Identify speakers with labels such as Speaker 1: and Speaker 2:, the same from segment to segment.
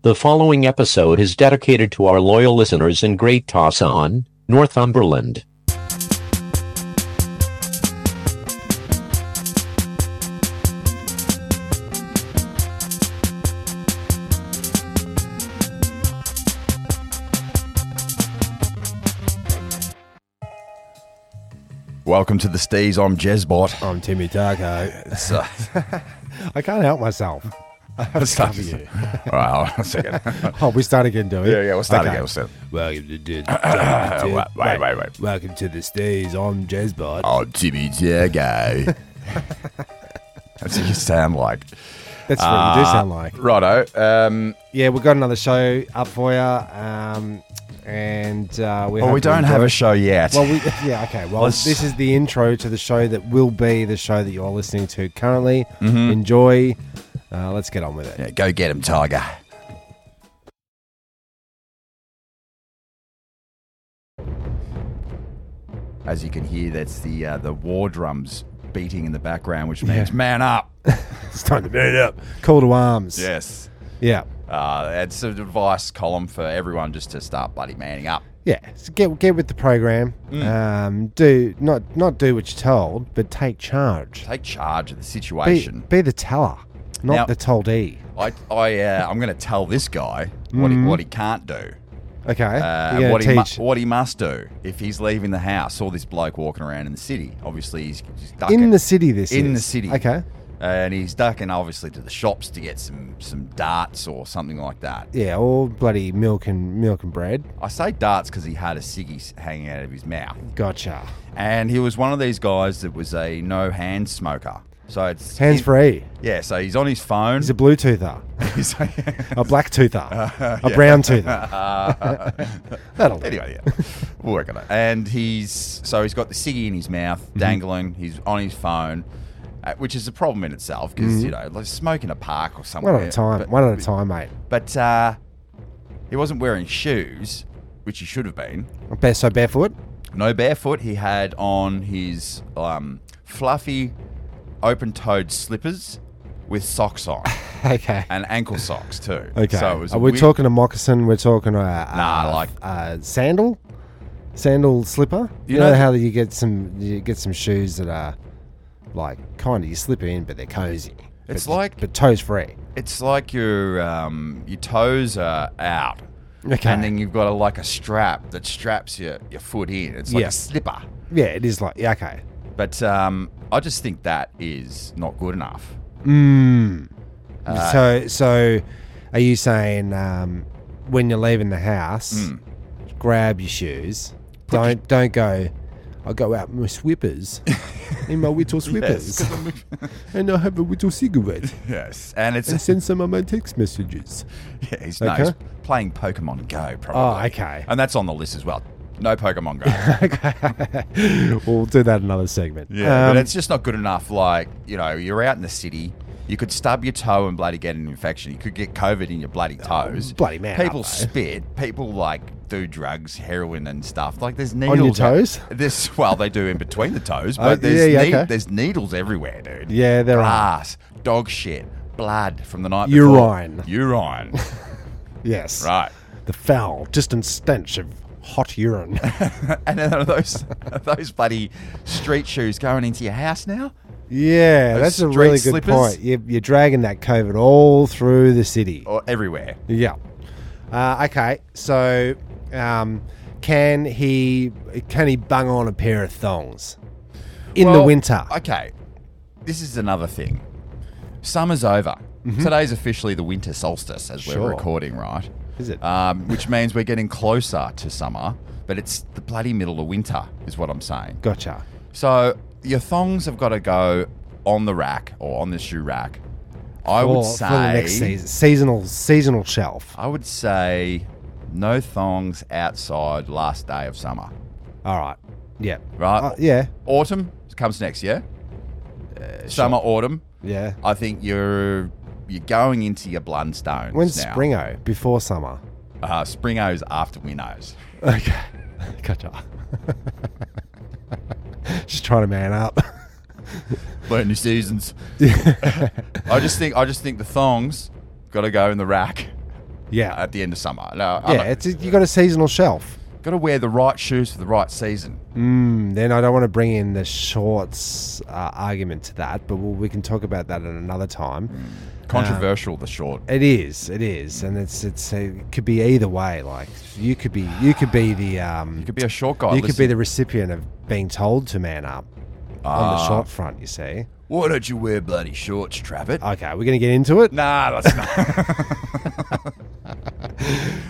Speaker 1: The following episode is dedicated to our loyal listeners in Great Tosson, Northumberland.
Speaker 2: Welcome to the Stees. I'm Jezbot.
Speaker 3: I'm Timmy Darko.
Speaker 2: It's, uh,
Speaker 3: I can't help myself. I have to cover you.
Speaker 2: all right, hold on a second.
Speaker 3: Oh, we start again, do we?
Speaker 2: Yeah, yeah, we'll start again, we'll start.
Speaker 3: Welcome to the
Speaker 2: wait, wait, wait, wait.
Speaker 3: Welcome to the stays. I'm Jezbot.
Speaker 2: Oh, Timmy Jago. That's what you sound like.
Speaker 3: That's what you
Speaker 2: uh,
Speaker 3: do sound like.
Speaker 2: Righto. Um,
Speaker 3: Yeah, we've got another show up for you, um, and uh, we.
Speaker 2: well,
Speaker 3: hope
Speaker 2: we
Speaker 3: you
Speaker 2: don't have
Speaker 3: enjoy
Speaker 2: a
Speaker 3: it.
Speaker 2: show yet.
Speaker 3: Well, we, yeah, okay. Well,
Speaker 2: Let's-
Speaker 3: this is the intro to the show that will be the show that you're listening to currently. Enjoy. Uh, let's get on with it.
Speaker 2: Mm-hmm. yeah, go get him, Tiger. As you can hear, that's the uh, the war drums beating in the background, which means man up.
Speaker 3: It's time to man up. Call to arms.
Speaker 2: yes.
Speaker 3: Yeah.
Speaker 2: Uh, it's an advice column for everyone just to start bloody manning up.
Speaker 3: Yeah, so get get with the program.
Speaker 2: Mm.
Speaker 3: Um, do not not do what you're told, but take charge.
Speaker 2: Take charge of the
Speaker 3: Be,
Speaker 2: situation.
Speaker 3: be the teller, not
Speaker 2: Now-
Speaker 3: the toldee.
Speaker 2: I, I, uh, I'm going to tell this guy what, he, what he can't do,
Speaker 3: Okay,
Speaker 2: uh,
Speaker 3: Mm-hmm. you're gonna
Speaker 2: what, he mu-
Speaker 3: teach
Speaker 2: what he must do if he's leaving the house. All this bloke walking around in the city. Obviously, he's he's stuck
Speaker 3: in
Speaker 2: at-
Speaker 3: the city. This
Speaker 2: in the
Speaker 3: is.
Speaker 2: city.
Speaker 3: Okay,
Speaker 2: and he's ducking obviously to the shops to get some some darts or something like that.
Speaker 3: yeah, all bloody milk and milk and bread.
Speaker 2: I say darts because he had a ciggy s- hanging out of his mouth,
Speaker 3: Gotcha.
Speaker 2: and he was one of these guys that was a no hand smoker. So it's
Speaker 3: Hands
Speaker 2: he-
Speaker 3: free.
Speaker 2: Yeah, so he's on his phone.
Speaker 3: He's a blue toother,
Speaker 2: He's like-
Speaker 3: a black toother,
Speaker 2: Uh,
Speaker 3: a brown toother. That'll do.
Speaker 2: anyway, yeah, we'll work on it. And he's so he's got the ciggy in his mouth,
Speaker 3: Mm-hmm.
Speaker 2: dangling. He's on his phone, uh, which is a problem in itself because you know, like smoke in a park or somewhere.
Speaker 3: Mm-hmm. one at a time.
Speaker 2: But,
Speaker 3: one at a time, mate.
Speaker 2: but uh, he wasn't wearing shoes, which he should have been.
Speaker 3: Best so barefoot.
Speaker 2: No barefoot. He had on his um, fluffy, open-toed slippers with socks on
Speaker 3: Okay.
Speaker 2: and ankle socks too.
Speaker 3: Okay.
Speaker 2: So it was. a
Speaker 3: Are we
Speaker 2: weird-
Speaker 3: talking a moccasin? We're talking a, a
Speaker 2: Nah, like-
Speaker 3: a sandal, sandal slipper. You,
Speaker 2: You
Speaker 3: know,
Speaker 2: know-
Speaker 3: how you get some you get some shoes that are like kind of you slip in, but they're cozy.
Speaker 2: It's
Speaker 3: But-
Speaker 2: like-
Speaker 3: but toes free.
Speaker 2: It's like your um, your toes are out.
Speaker 3: Okay.
Speaker 2: And then you've got a, like a strap that straps your, your foot in. It's like
Speaker 3: Yeah.
Speaker 2: a slipper.
Speaker 3: Yeah, it is like yeah, okay.
Speaker 2: But um, I just think that is not good enough.
Speaker 3: Mm.
Speaker 2: Uh,
Speaker 3: so so, are you saying um, when you're leaving the house,
Speaker 2: Mm.
Speaker 3: grab your shoes? Don't don't go. I go out with my slippers, in my little slippers, and I have a little cigarette.
Speaker 2: Yes. And it's
Speaker 3: and send some of my text messages.
Speaker 2: yeah, he's, no,
Speaker 3: Okay.
Speaker 2: he's playing Pokemon Go probably.
Speaker 3: Oh, okay.
Speaker 2: And that's on the list as well. No Pokemon Go.
Speaker 3: we'll do that another segment.
Speaker 2: yeah.
Speaker 3: Um,
Speaker 2: but it's just not good enough. Like you know, you're out in the city. You could stub your toe and bloody get an infection. You could get COVID in your bloody toes.
Speaker 3: bloody man up,
Speaker 2: People
Speaker 3: though.
Speaker 2: spit. People like do drugs, heroin, and stuff. Like there's
Speaker 3: your
Speaker 2: needles out-
Speaker 3: toes?
Speaker 2: There's well, they do in between the toes,
Speaker 3: Oh,
Speaker 2: but there's
Speaker 3: yeah, yeah,
Speaker 2: nee-
Speaker 3: okay.
Speaker 2: there's needles everywhere, dude.
Speaker 3: Yeah, there are.
Speaker 2: Glass, dog shit, blood from the night
Speaker 3: Urine.
Speaker 2: before. Urine. Urine.
Speaker 3: yes,
Speaker 2: right.
Speaker 3: the foul, distant stench of hot urine.
Speaker 2: And then are those are those bloody street shoes going into your house now?
Speaker 3: yeah,
Speaker 2: Those
Speaker 3: that's a
Speaker 2: street
Speaker 3: really good
Speaker 2: slippers?
Speaker 3: point. You, you're dragging that COVID all through the city.
Speaker 2: Or everywhere.
Speaker 3: Yeah. Uh, okay, so um, can he can he bung on a pair of thongs in the
Speaker 2: Well,
Speaker 3: winter?
Speaker 2: Okay. This is another thing. Summer's over. Today's officially the winter solstice as
Speaker 3: Mm-hmm. Sure.
Speaker 2: we're recording, right?
Speaker 3: Is it?
Speaker 2: Um, which means we're getting closer to summer, but it's the bloody middle of winter, is what I'm saying.
Speaker 3: gotcha.
Speaker 2: So your thongs have got to go on the rack or on the shoe rack. I
Speaker 3: Or
Speaker 2: would
Speaker 3: for
Speaker 2: say
Speaker 3: the next season, seasonal seasonal shelf.
Speaker 2: I would say no thongs outside last day of summer,
Speaker 3: All right. Yeah.
Speaker 2: right?
Speaker 3: Uh, yeah. Uh,
Speaker 2: Autumn comes next year. summer, autumn.
Speaker 3: Yeah.
Speaker 2: I think you're you're going into your blundstones
Speaker 3: When's
Speaker 2: now.
Speaker 3: springo? Before summer.
Speaker 2: Uh, springos after winnows.
Speaker 3: Okay. Gotcha. Just trying to man up.
Speaker 2: Learn new seasons. I just think I just think the thongs got to go in the rack
Speaker 3: Yeah.
Speaker 2: at the end of summer. No, I
Speaker 3: yeah,
Speaker 2: don't-
Speaker 3: it's you got a seasonal shelf.
Speaker 2: got to wear the right shoes for the right season.
Speaker 3: Mm, then I don't want to bring in the shorts uh, argument to that, but we'll, we can talk about that at another time.
Speaker 2: Controversial, the short.
Speaker 3: It is, it is, and it's it's it could be either way. Like you could be you could be the um
Speaker 2: You could be a short guy.
Speaker 3: you could be
Speaker 2: listen.
Speaker 3: the recipient of being told to man up on
Speaker 2: Ah.
Speaker 3: the short front. You see?
Speaker 2: Why don't you wear bloody shorts, Travis?
Speaker 3: Okay, we're gonna get into it.
Speaker 2: nah, that's not.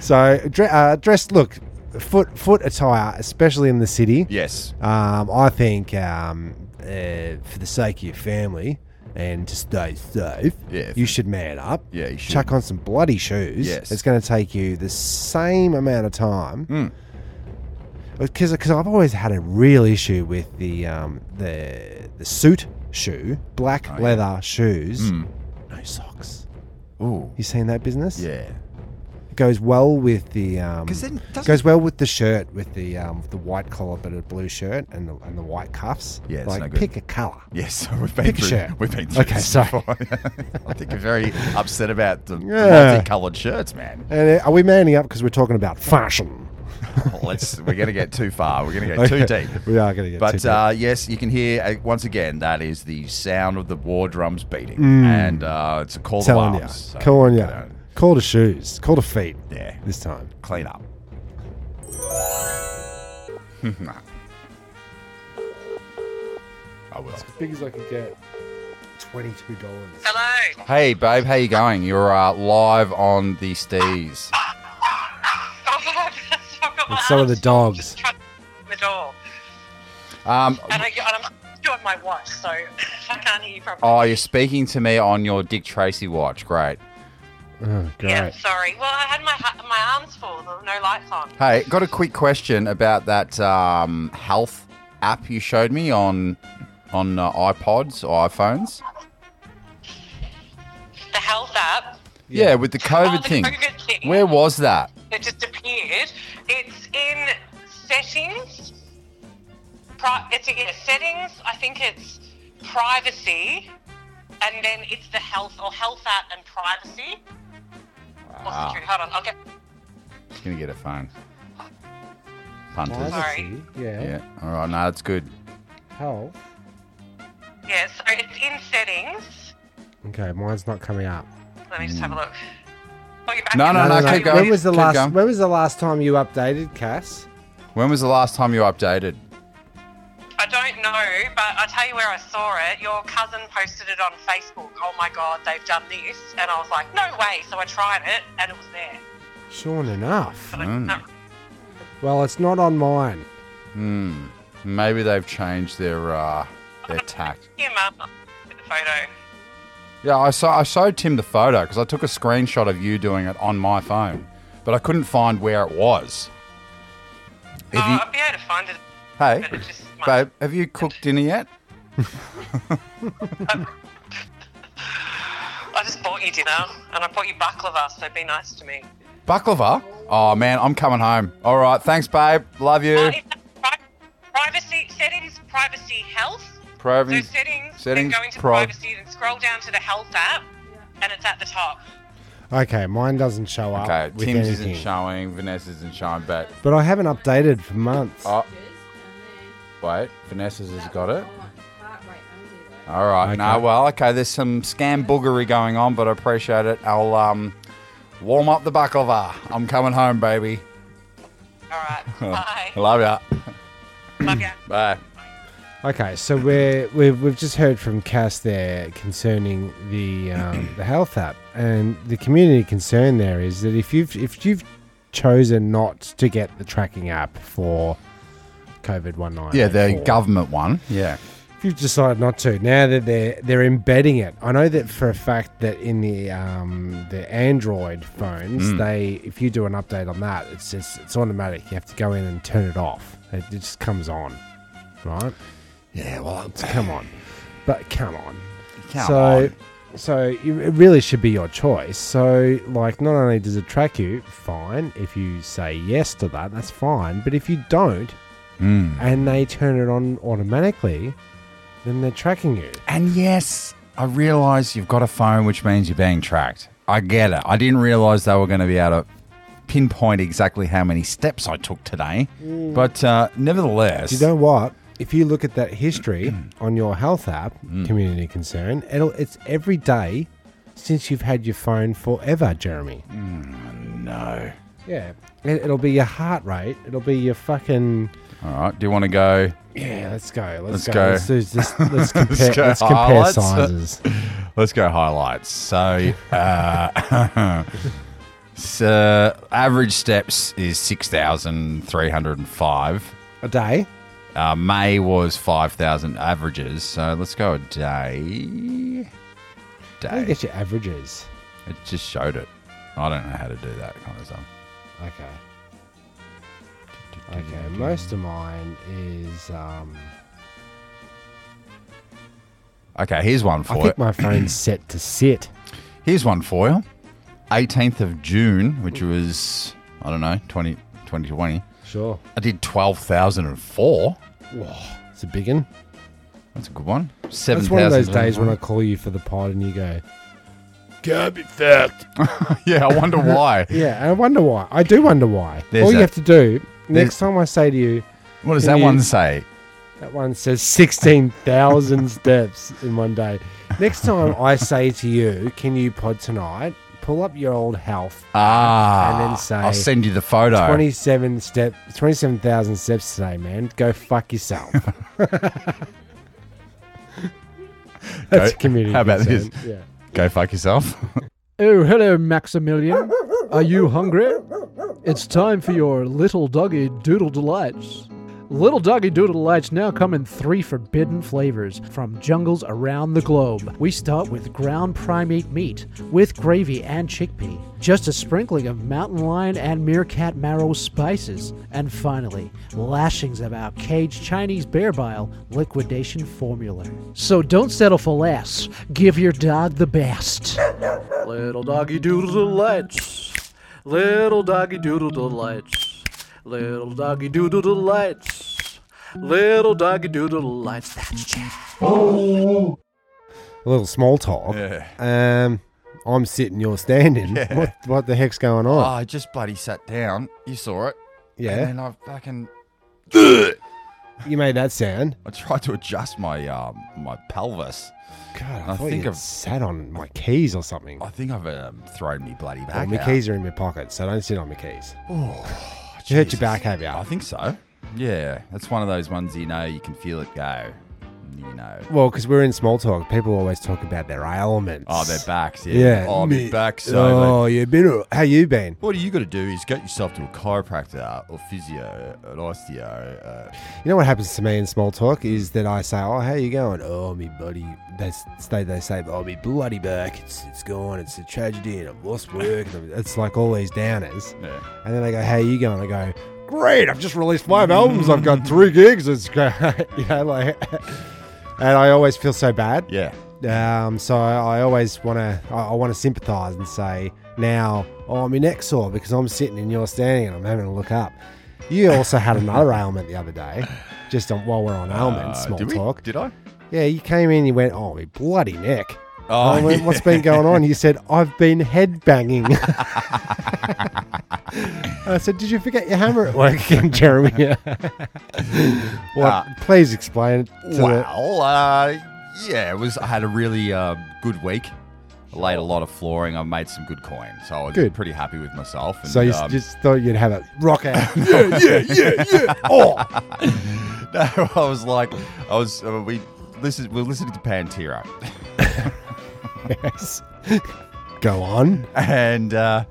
Speaker 3: So dre- uh, dress, look, foot foot attire, especially in the city.
Speaker 2: yes.
Speaker 3: Um, I think um, uh, for the sake of your family and to stay safe,
Speaker 2: Yeah,
Speaker 3: you
Speaker 2: if-
Speaker 3: should man up.
Speaker 2: Yeah, you should.
Speaker 3: Chuck on some bloody shoes.
Speaker 2: Yes.
Speaker 3: It's going to take you the same amount of
Speaker 2: Mm,
Speaker 3: time. Because I've always had a real issue with the um, the the suit shoe, black
Speaker 2: Oh,
Speaker 3: leather shoes, no socks.
Speaker 2: mm. Ooh.
Speaker 3: You seen that business?
Speaker 2: Yeah. Mm.
Speaker 3: It goes well with the um,
Speaker 2: 'Cause then doesn't-
Speaker 3: goes well with the shirt with the um, the white collar but a blue shirt and the, and the white cuffs.
Speaker 2: Yeah, it's
Speaker 3: like
Speaker 2: no good.
Speaker 3: pick a color.
Speaker 2: Yes, we've been
Speaker 3: Picture.
Speaker 2: through. We've been through.
Speaker 3: Okay,
Speaker 2: this
Speaker 3: sorry.
Speaker 2: before. I think you're very upset about the
Speaker 3: Yeah.
Speaker 2: multicolored shirts, man.
Speaker 3: And uh, are we manning up because we're talking about fashion?
Speaker 2: Let's. We're going to get too far. We're going to get
Speaker 3: Okay.
Speaker 2: too deep.
Speaker 3: We are going to get too
Speaker 2: But
Speaker 3: deep.
Speaker 2: uh, yes, you can hear uh, once again that is the sound of the war drums beating, and uh, it's a call to
Speaker 3: telling you,
Speaker 2: arms. So,
Speaker 3: calling you,
Speaker 2: know,
Speaker 3: call to shoes, call to feet.
Speaker 2: Yeah.
Speaker 3: this time.
Speaker 2: clean up. Nah. I will.
Speaker 3: big as I can get. Twenty-two dollars.
Speaker 4: Hello.
Speaker 2: Hey, babe, how you going? You're uh, live on the Stees.
Speaker 4: Oh,
Speaker 3: And so are the dogs.
Speaker 4: Trying the door,
Speaker 2: Um,
Speaker 4: and, I, and I'm doing my watch, so I can't hear you properly.
Speaker 2: oh, you're speaking to me on your Dick Tracy watch. Great.
Speaker 3: Oh, great.
Speaker 4: yeah, sorry. Well, I had my ha- my arms full. There were no lights on.
Speaker 2: Hey, got a quick question about that um, health app you showed me on on uh, iPods or iPhones.
Speaker 4: The health app.
Speaker 2: Yeah, with the COVID
Speaker 4: Oh, the
Speaker 2: thing.
Speaker 4: COVID thing.
Speaker 2: Where was that?
Speaker 4: It just appeared. It's in settings. Pri- it's in yeah, settings. I think it's privacy, and then it's the health or health app and privacy. Or
Speaker 2: Ah.
Speaker 4: security. Hold on, I'll get.
Speaker 2: He's gonna get a phone. Punters.
Speaker 4: Sorry.
Speaker 3: Yeah.
Speaker 2: Yeah. All right. No, that's good.
Speaker 3: Health.
Speaker 4: Yeah, so it's in settings.
Speaker 3: Okay, mine's not coming up.
Speaker 4: Let me just have a look. Oh, you're back
Speaker 2: No,
Speaker 4: in-
Speaker 2: no, no, keep going.
Speaker 3: When was the
Speaker 2: Keep
Speaker 3: last?
Speaker 2: going.
Speaker 3: When was the last time you updated, Cass?
Speaker 2: When was the last time you updated?
Speaker 4: I don't know, but I'll tell you where I saw it. Your cousin posted it on Facebook. Oh my God, they've done this. And I was like, no way. So I tried it and it was there.
Speaker 3: Sure enough.
Speaker 4: But I-
Speaker 2: Mm.
Speaker 4: no.
Speaker 3: Well, it's not on mine.
Speaker 2: Hmm. Maybe they've changed their uh, their tact.
Speaker 4: Here, Mum, um, with the photo.
Speaker 2: Yeah, I saw. I showed Tim the photo because I took a screenshot of you doing it on my phone, but I couldn't find where it was.
Speaker 4: Oh,
Speaker 2: Have you,
Speaker 4: I'll be able to find it.
Speaker 2: hey,
Speaker 4: but it just might-
Speaker 2: babe, have you cooked dinner yet?
Speaker 4: I just bought you dinner and I bought you baklava, so be nice to me.
Speaker 2: Baklava? Oh man, I'm coming home. All right, thanks, babe. Love
Speaker 4: Uh,
Speaker 2: you.
Speaker 4: is that pri- privacy settings, privacy, health. So
Speaker 2: Private-
Speaker 4: settings,
Speaker 2: settings,
Speaker 4: then go into
Speaker 2: priv-
Speaker 4: privacy, then scroll down to the health app, and it's at the top.
Speaker 3: Okay, mine doesn't show up.
Speaker 2: Okay,
Speaker 3: with
Speaker 2: Tim's
Speaker 3: anything.
Speaker 2: isn't showing, Vanessa isn't showing, but
Speaker 3: But I haven't updated for months.
Speaker 2: oh, wait, Vanessa's has got it.
Speaker 5: All
Speaker 2: All right, no,
Speaker 3: Okay.
Speaker 2: well, okay, there's some scam boogery going on, but I appreciate it. I'll um, warm up the baklava. I'm coming home, baby.
Speaker 4: All right. Bye.
Speaker 2: Love ya.
Speaker 4: Love ya.
Speaker 2: Bye.
Speaker 3: Okay, so we're, we've we've just heard from Cass there concerning the um, the health app, and the community concern there is that if you've if you've chosen not to get the tracking app for COVID one nine,
Speaker 2: Yeah, the government one. Yeah.
Speaker 3: If you've decided not to, now that they're they're embedding it, I know that for a fact that in the um, the Android phones, they if you do an update on that, it's just it's automatic. You have to go in and turn it off. It, it just comes on, right?
Speaker 2: Yeah, well,
Speaker 3: Come on, but come on.
Speaker 2: Come
Speaker 3: so,
Speaker 2: on.
Speaker 3: so you- it really should be your choice. So, like, not only does it track you, fine. If you say yes to that, that's fine. But if you don't,
Speaker 2: Hmm.
Speaker 3: and they turn it on automatically, then they're tracking you.
Speaker 2: And yes, I realise you've got a phone, which means you're being tracked. I I get it. I didn't realize they were going to be able to pinpoint exactly how many steps I took today, but uh, nevertheless,
Speaker 3: You know what? If you look at that history on your health app,
Speaker 2: Hmm.
Speaker 3: community concern, it'll, it's every day since you've had your phone forever, Jeremy.
Speaker 2: no.
Speaker 3: Yeah. It, it'll be your heart rate. It'll be your fucking.
Speaker 2: All right. Do you want to go?
Speaker 3: Yeah, let's go.
Speaker 2: Let's
Speaker 3: Let's, go.
Speaker 2: go.
Speaker 3: Let's, do this- let's compare, let's
Speaker 2: go
Speaker 3: compare
Speaker 2: highlights.
Speaker 3: sizes.
Speaker 2: Let's go highlights. So, uh, so average steps is six thousand three hundred and five.
Speaker 3: A day.
Speaker 2: Uh, May was five thousand averages. So let's go a day.
Speaker 3: How do you
Speaker 2: Day.
Speaker 3: get your averages?
Speaker 2: It just showed it. I don't know how to do that kind of stuff.
Speaker 3: Okay. Okay, most of mine is. Um,
Speaker 2: Okay, here's one
Speaker 3: I
Speaker 2: for you.
Speaker 3: think my phone's set to sit.
Speaker 2: Here's one for you. 18th of June, which was, I don't know, 20, 2020.
Speaker 3: Sure.
Speaker 2: I did 12,004.
Speaker 3: Whoa, it's a big one.
Speaker 2: That's a good one.
Speaker 3: That's one of those days when I call you for the pod and you go,
Speaker 2: yeah, I wonder why.
Speaker 3: Yeah, and I wonder why. I do wonder why.
Speaker 2: There's
Speaker 3: All you
Speaker 2: that-
Speaker 3: have to do next
Speaker 2: there's-
Speaker 3: time I say to you,
Speaker 2: What does
Speaker 3: Can
Speaker 2: that
Speaker 3: you-
Speaker 2: one say?
Speaker 3: that one says 16,000 steps in one day. Next time I say to you, can you pod tonight? Pull up your old health.
Speaker 2: Ah.
Speaker 3: And then say,
Speaker 2: I'll send you the photo.
Speaker 3: 27 step, 27,000 steps today, man. Go fuck yourself. That's
Speaker 2: Go-
Speaker 3: community.
Speaker 2: how about
Speaker 3: concern.
Speaker 2: this?
Speaker 3: Yeah.
Speaker 2: Go fuck yourself.
Speaker 6: Oh, hello, Maximilian. Are you hungry? It's time for your Little Doggy Doodle Delights. Little Doggy Doodle Delights now come in three forbidden flavors from jungles around the globe. We start with ground primate meat with gravy and chickpea, just a sprinkling of mountain lion and meerkat marrow spices, and finally, lashings of our caged Chinese bear bile liquidation formula. So don't settle for less. Give your dog the best. Little doggy doodle delights. Little doggy doodle delights. Little doggy doodle delights. Little doggy doodle delights. That's jazz.
Speaker 3: A little small talk.
Speaker 2: Yeah.
Speaker 3: Um, I'm sitting, you're standing. What, what the heck's going
Speaker 2: Oh,
Speaker 3: on?
Speaker 2: I just bloody sat down. You saw it.
Speaker 3: yeah.
Speaker 2: And then I fucking.
Speaker 3: You made that sound.
Speaker 2: I tried to adjust my um, my pelvis.
Speaker 3: God, I,
Speaker 2: I
Speaker 3: thought
Speaker 2: think
Speaker 3: you
Speaker 2: I've-
Speaker 3: sat on my keys or something.
Speaker 2: I think I've um, thrown me bloody
Speaker 3: Well,
Speaker 2: back.
Speaker 3: my
Speaker 2: out.
Speaker 3: keys are in my pocket, so don't sit on my keys.
Speaker 2: Oh,
Speaker 3: You hurt your
Speaker 2: Jesus.
Speaker 3: back, have you?
Speaker 2: I think so. Yeah, that's one of those ones you know you can feel it go. You know.
Speaker 3: Well, because we're in small talk, people always talk about their ailments.
Speaker 2: Oh, their backs. Yeah.
Speaker 3: Yeah.
Speaker 2: Oh, my
Speaker 3: Me-
Speaker 2: back. So.
Speaker 3: Oh, you've been. al- How you been?
Speaker 2: what you got to do is get yourself to a chiropractor or physio or osteo. Uh,
Speaker 3: You know what happens to me in small talk is that I say, "Oh, how you going?" "Oh, me buddy." They s- say they say, "Oh, me bloody back. It's it's gone. It's a tragedy, and I've lost work." and I'm- it's like all these downers.
Speaker 2: yeah.
Speaker 3: And then they go, "How you going?" I go, "Great! I've just released five albums. I've got three gigs. It's great." you know, like, and I always feel so bad.
Speaker 2: Yeah.
Speaker 3: Um, so I always want to, I, I want to sympathise and say, now, oh, my neck's sore because I'm sitting and you're standing and I'm having to look up. You also had another ailment the other day, just on, while we're on ailments,
Speaker 2: Uh,
Speaker 3: Oh, small
Speaker 2: did we?
Speaker 3: talk.
Speaker 2: Did I?
Speaker 3: Yeah, you came in, you went, oh, my bloody neck.
Speaker 2: Oh,
Speaker 3: I went, what's been going on? You said, I've been head banging. I said, did you forget your hammer at work again, Jeremy? what?
Speaker 2: Ah.
Speaker 3: please explain it to the-
Speaker 2: Well, uh, yeah, it was. I had a really uh, good week. I laid a lot of flooring. I made some good coin, so I was
Speaker 3: Good.
Speaker 2: pretty happy with myself. And,
Speaker 3: So you s-
Speaker 2: um,
Speaker 3: just thought you'd have it rock out.
Speaker 2: yeah, yeah, yeah, yeah. Oh, no, I was like, I was. Uh, we listen. We're listening to Pantera,
Speaker 3: Yes. Go on.
Speaker 2: and uh,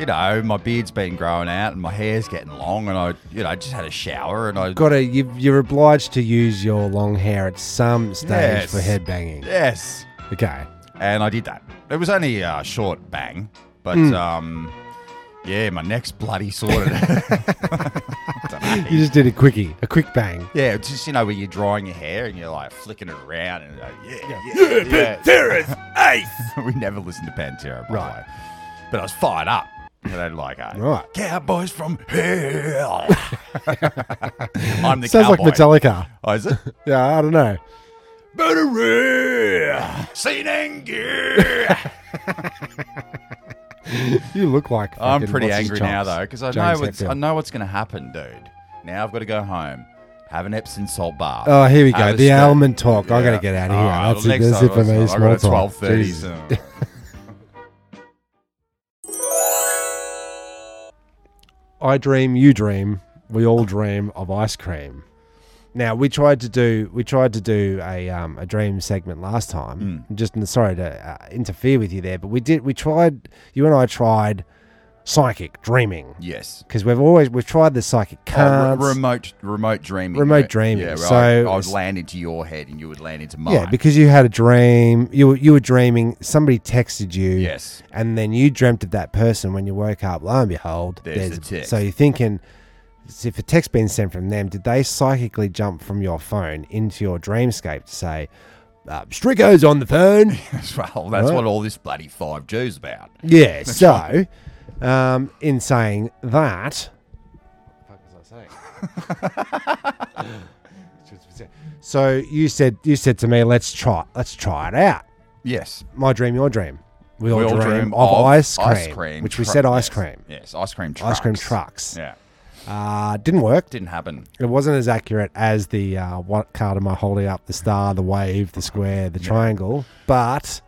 Speaker 2: you know, my beard's been growing out, and my hair's getting long, and I, you know, I just had a shower, and I
Speaker 3: Got to you, you're obliged to use your long hair at some stage
Speaker 2: Yes.
Speaker 3: for headbanging.
Speaker 2: yes,
Speaker 3: Okay.
Speaker 2: and I did that. It was only a short bang, but
Speaker 3: Hmm.
Speaker 2: um, yeah, my neck's bloody sorted.
Speaker 3: You just did a quickie, a quick bang.
Speaker 2: Yeah, it's just you know where you're drying your hair and you're like flicking it around and you're like, yeah, yeah, yeah, Pantera's ace. we never listened to Pantera, by
Speaker 3: Right.
Speaker 2: the way, but I was fired up. You know, like uh,
Speaker 3: Right.
Speaker 2: cowboys from hell. I'm the
Speaker 3: Sounds
Speaker 2: cowboy.
Speaker 3: like Metallica.
Speaker 2: Oh, is it?
Speaker 3: Yeah, I don't know.
Speaker 2: Battery, sin and gear.
Speaker 3: you look like.
Speaker 7: I'm
Speaker 3: fucking-
Speaker 7: pretty
Speaker 3: what's his
Speaker 7: angry now
Speaker 3: chops?
Speaker 7: though because I
Speaker 3: James
Speaker 7: know what's,
Speaker 3: Hetfield.
Speaker 7: I know what's going to happen, dude. Now I've got to go home, have an Epsom salt bath.
Speaker 3: Oh, here we go.
Speaker 7: have a
Speaker 3: The
Speaker 7: snack.
Speaker 3: almond talk. I gotta
Speaker 7: Yeah.
Speaker 3: get out
Speaker 7: All right,
Speaker 3: of
Speaker 7: well,
Speaker 3: here.
Speaker 7: next
Speaker 3: That's it,
Speaker 7: time
Speaker 3: that's it for
Speaker 7: I'll-
Speaker 3: me.
Speaker 7: I got a
Speaker 3: Small talk.
Speaker 7: 12:30
Speaker 3: Jesus.
Speaker 7: soon.
Speaker 3: I dream, you dream, we all dream of ice cream. Now we tried to do we tried to do a um, a dream segment last time.
Speaker 7: Mm.
Speaker 3: Just sorry to uh, interfere with you there, but we did we tried you and I tried psychic dreaming
Speaker 7: Yes.
Speaker 3: because we've always we've tried the psychic
Speaker 7: Oh,
Speaker 3: cards.
Speaker 7: re- remote, remote dreaming.
Speaker 3: Remote
Speaker 7: where-
Speaker 3: dreaming.
Speaker 7: Yeah, where
Speaker 3: So-
Speaker 7: I, I would land into your head and you would land into mine.
Speaker 3: yeah, because you had a dream. You were- you were dreaming. Somebody texted you.
Speaker 7: Yes.
Speaker 3: and then you dreamt of that person when you woke up. Lo and behold,
Speaker 7: There's the text.
Speaker 3: So you're thinking, so if a text been sent from them, did they psychically jump from your phone into your dreamscape to say, uh, "Strico's on the phone"?
Speaker 7: well, that's
Speaker 3: Right.
Speaker 7: what all this bloody 5G's about.
Speaker 3: yeah. So, um, in saying that, so you said you said to me, "Let's try, let's try it out."
Speaker 7: Yes.
Speaker 3: My dream, your dream. We all, dream, of, ice, cream, which we
Speaker 7: truck-
Speaker 3: said ice
Speaker 7: yes.
Speaker 3: cream,
Speaker 7: Yes, ice cream trucks.
Speaker 3: ice cream trucks.
Speaker 7: Yeah.
Speaker 3: Uh, didn't work.
Speaker 7: Didn't happen.
Speaker 3: It wasn't as accurate as the uh, what card am I holding up? The star, the wave, the square, the triangle. But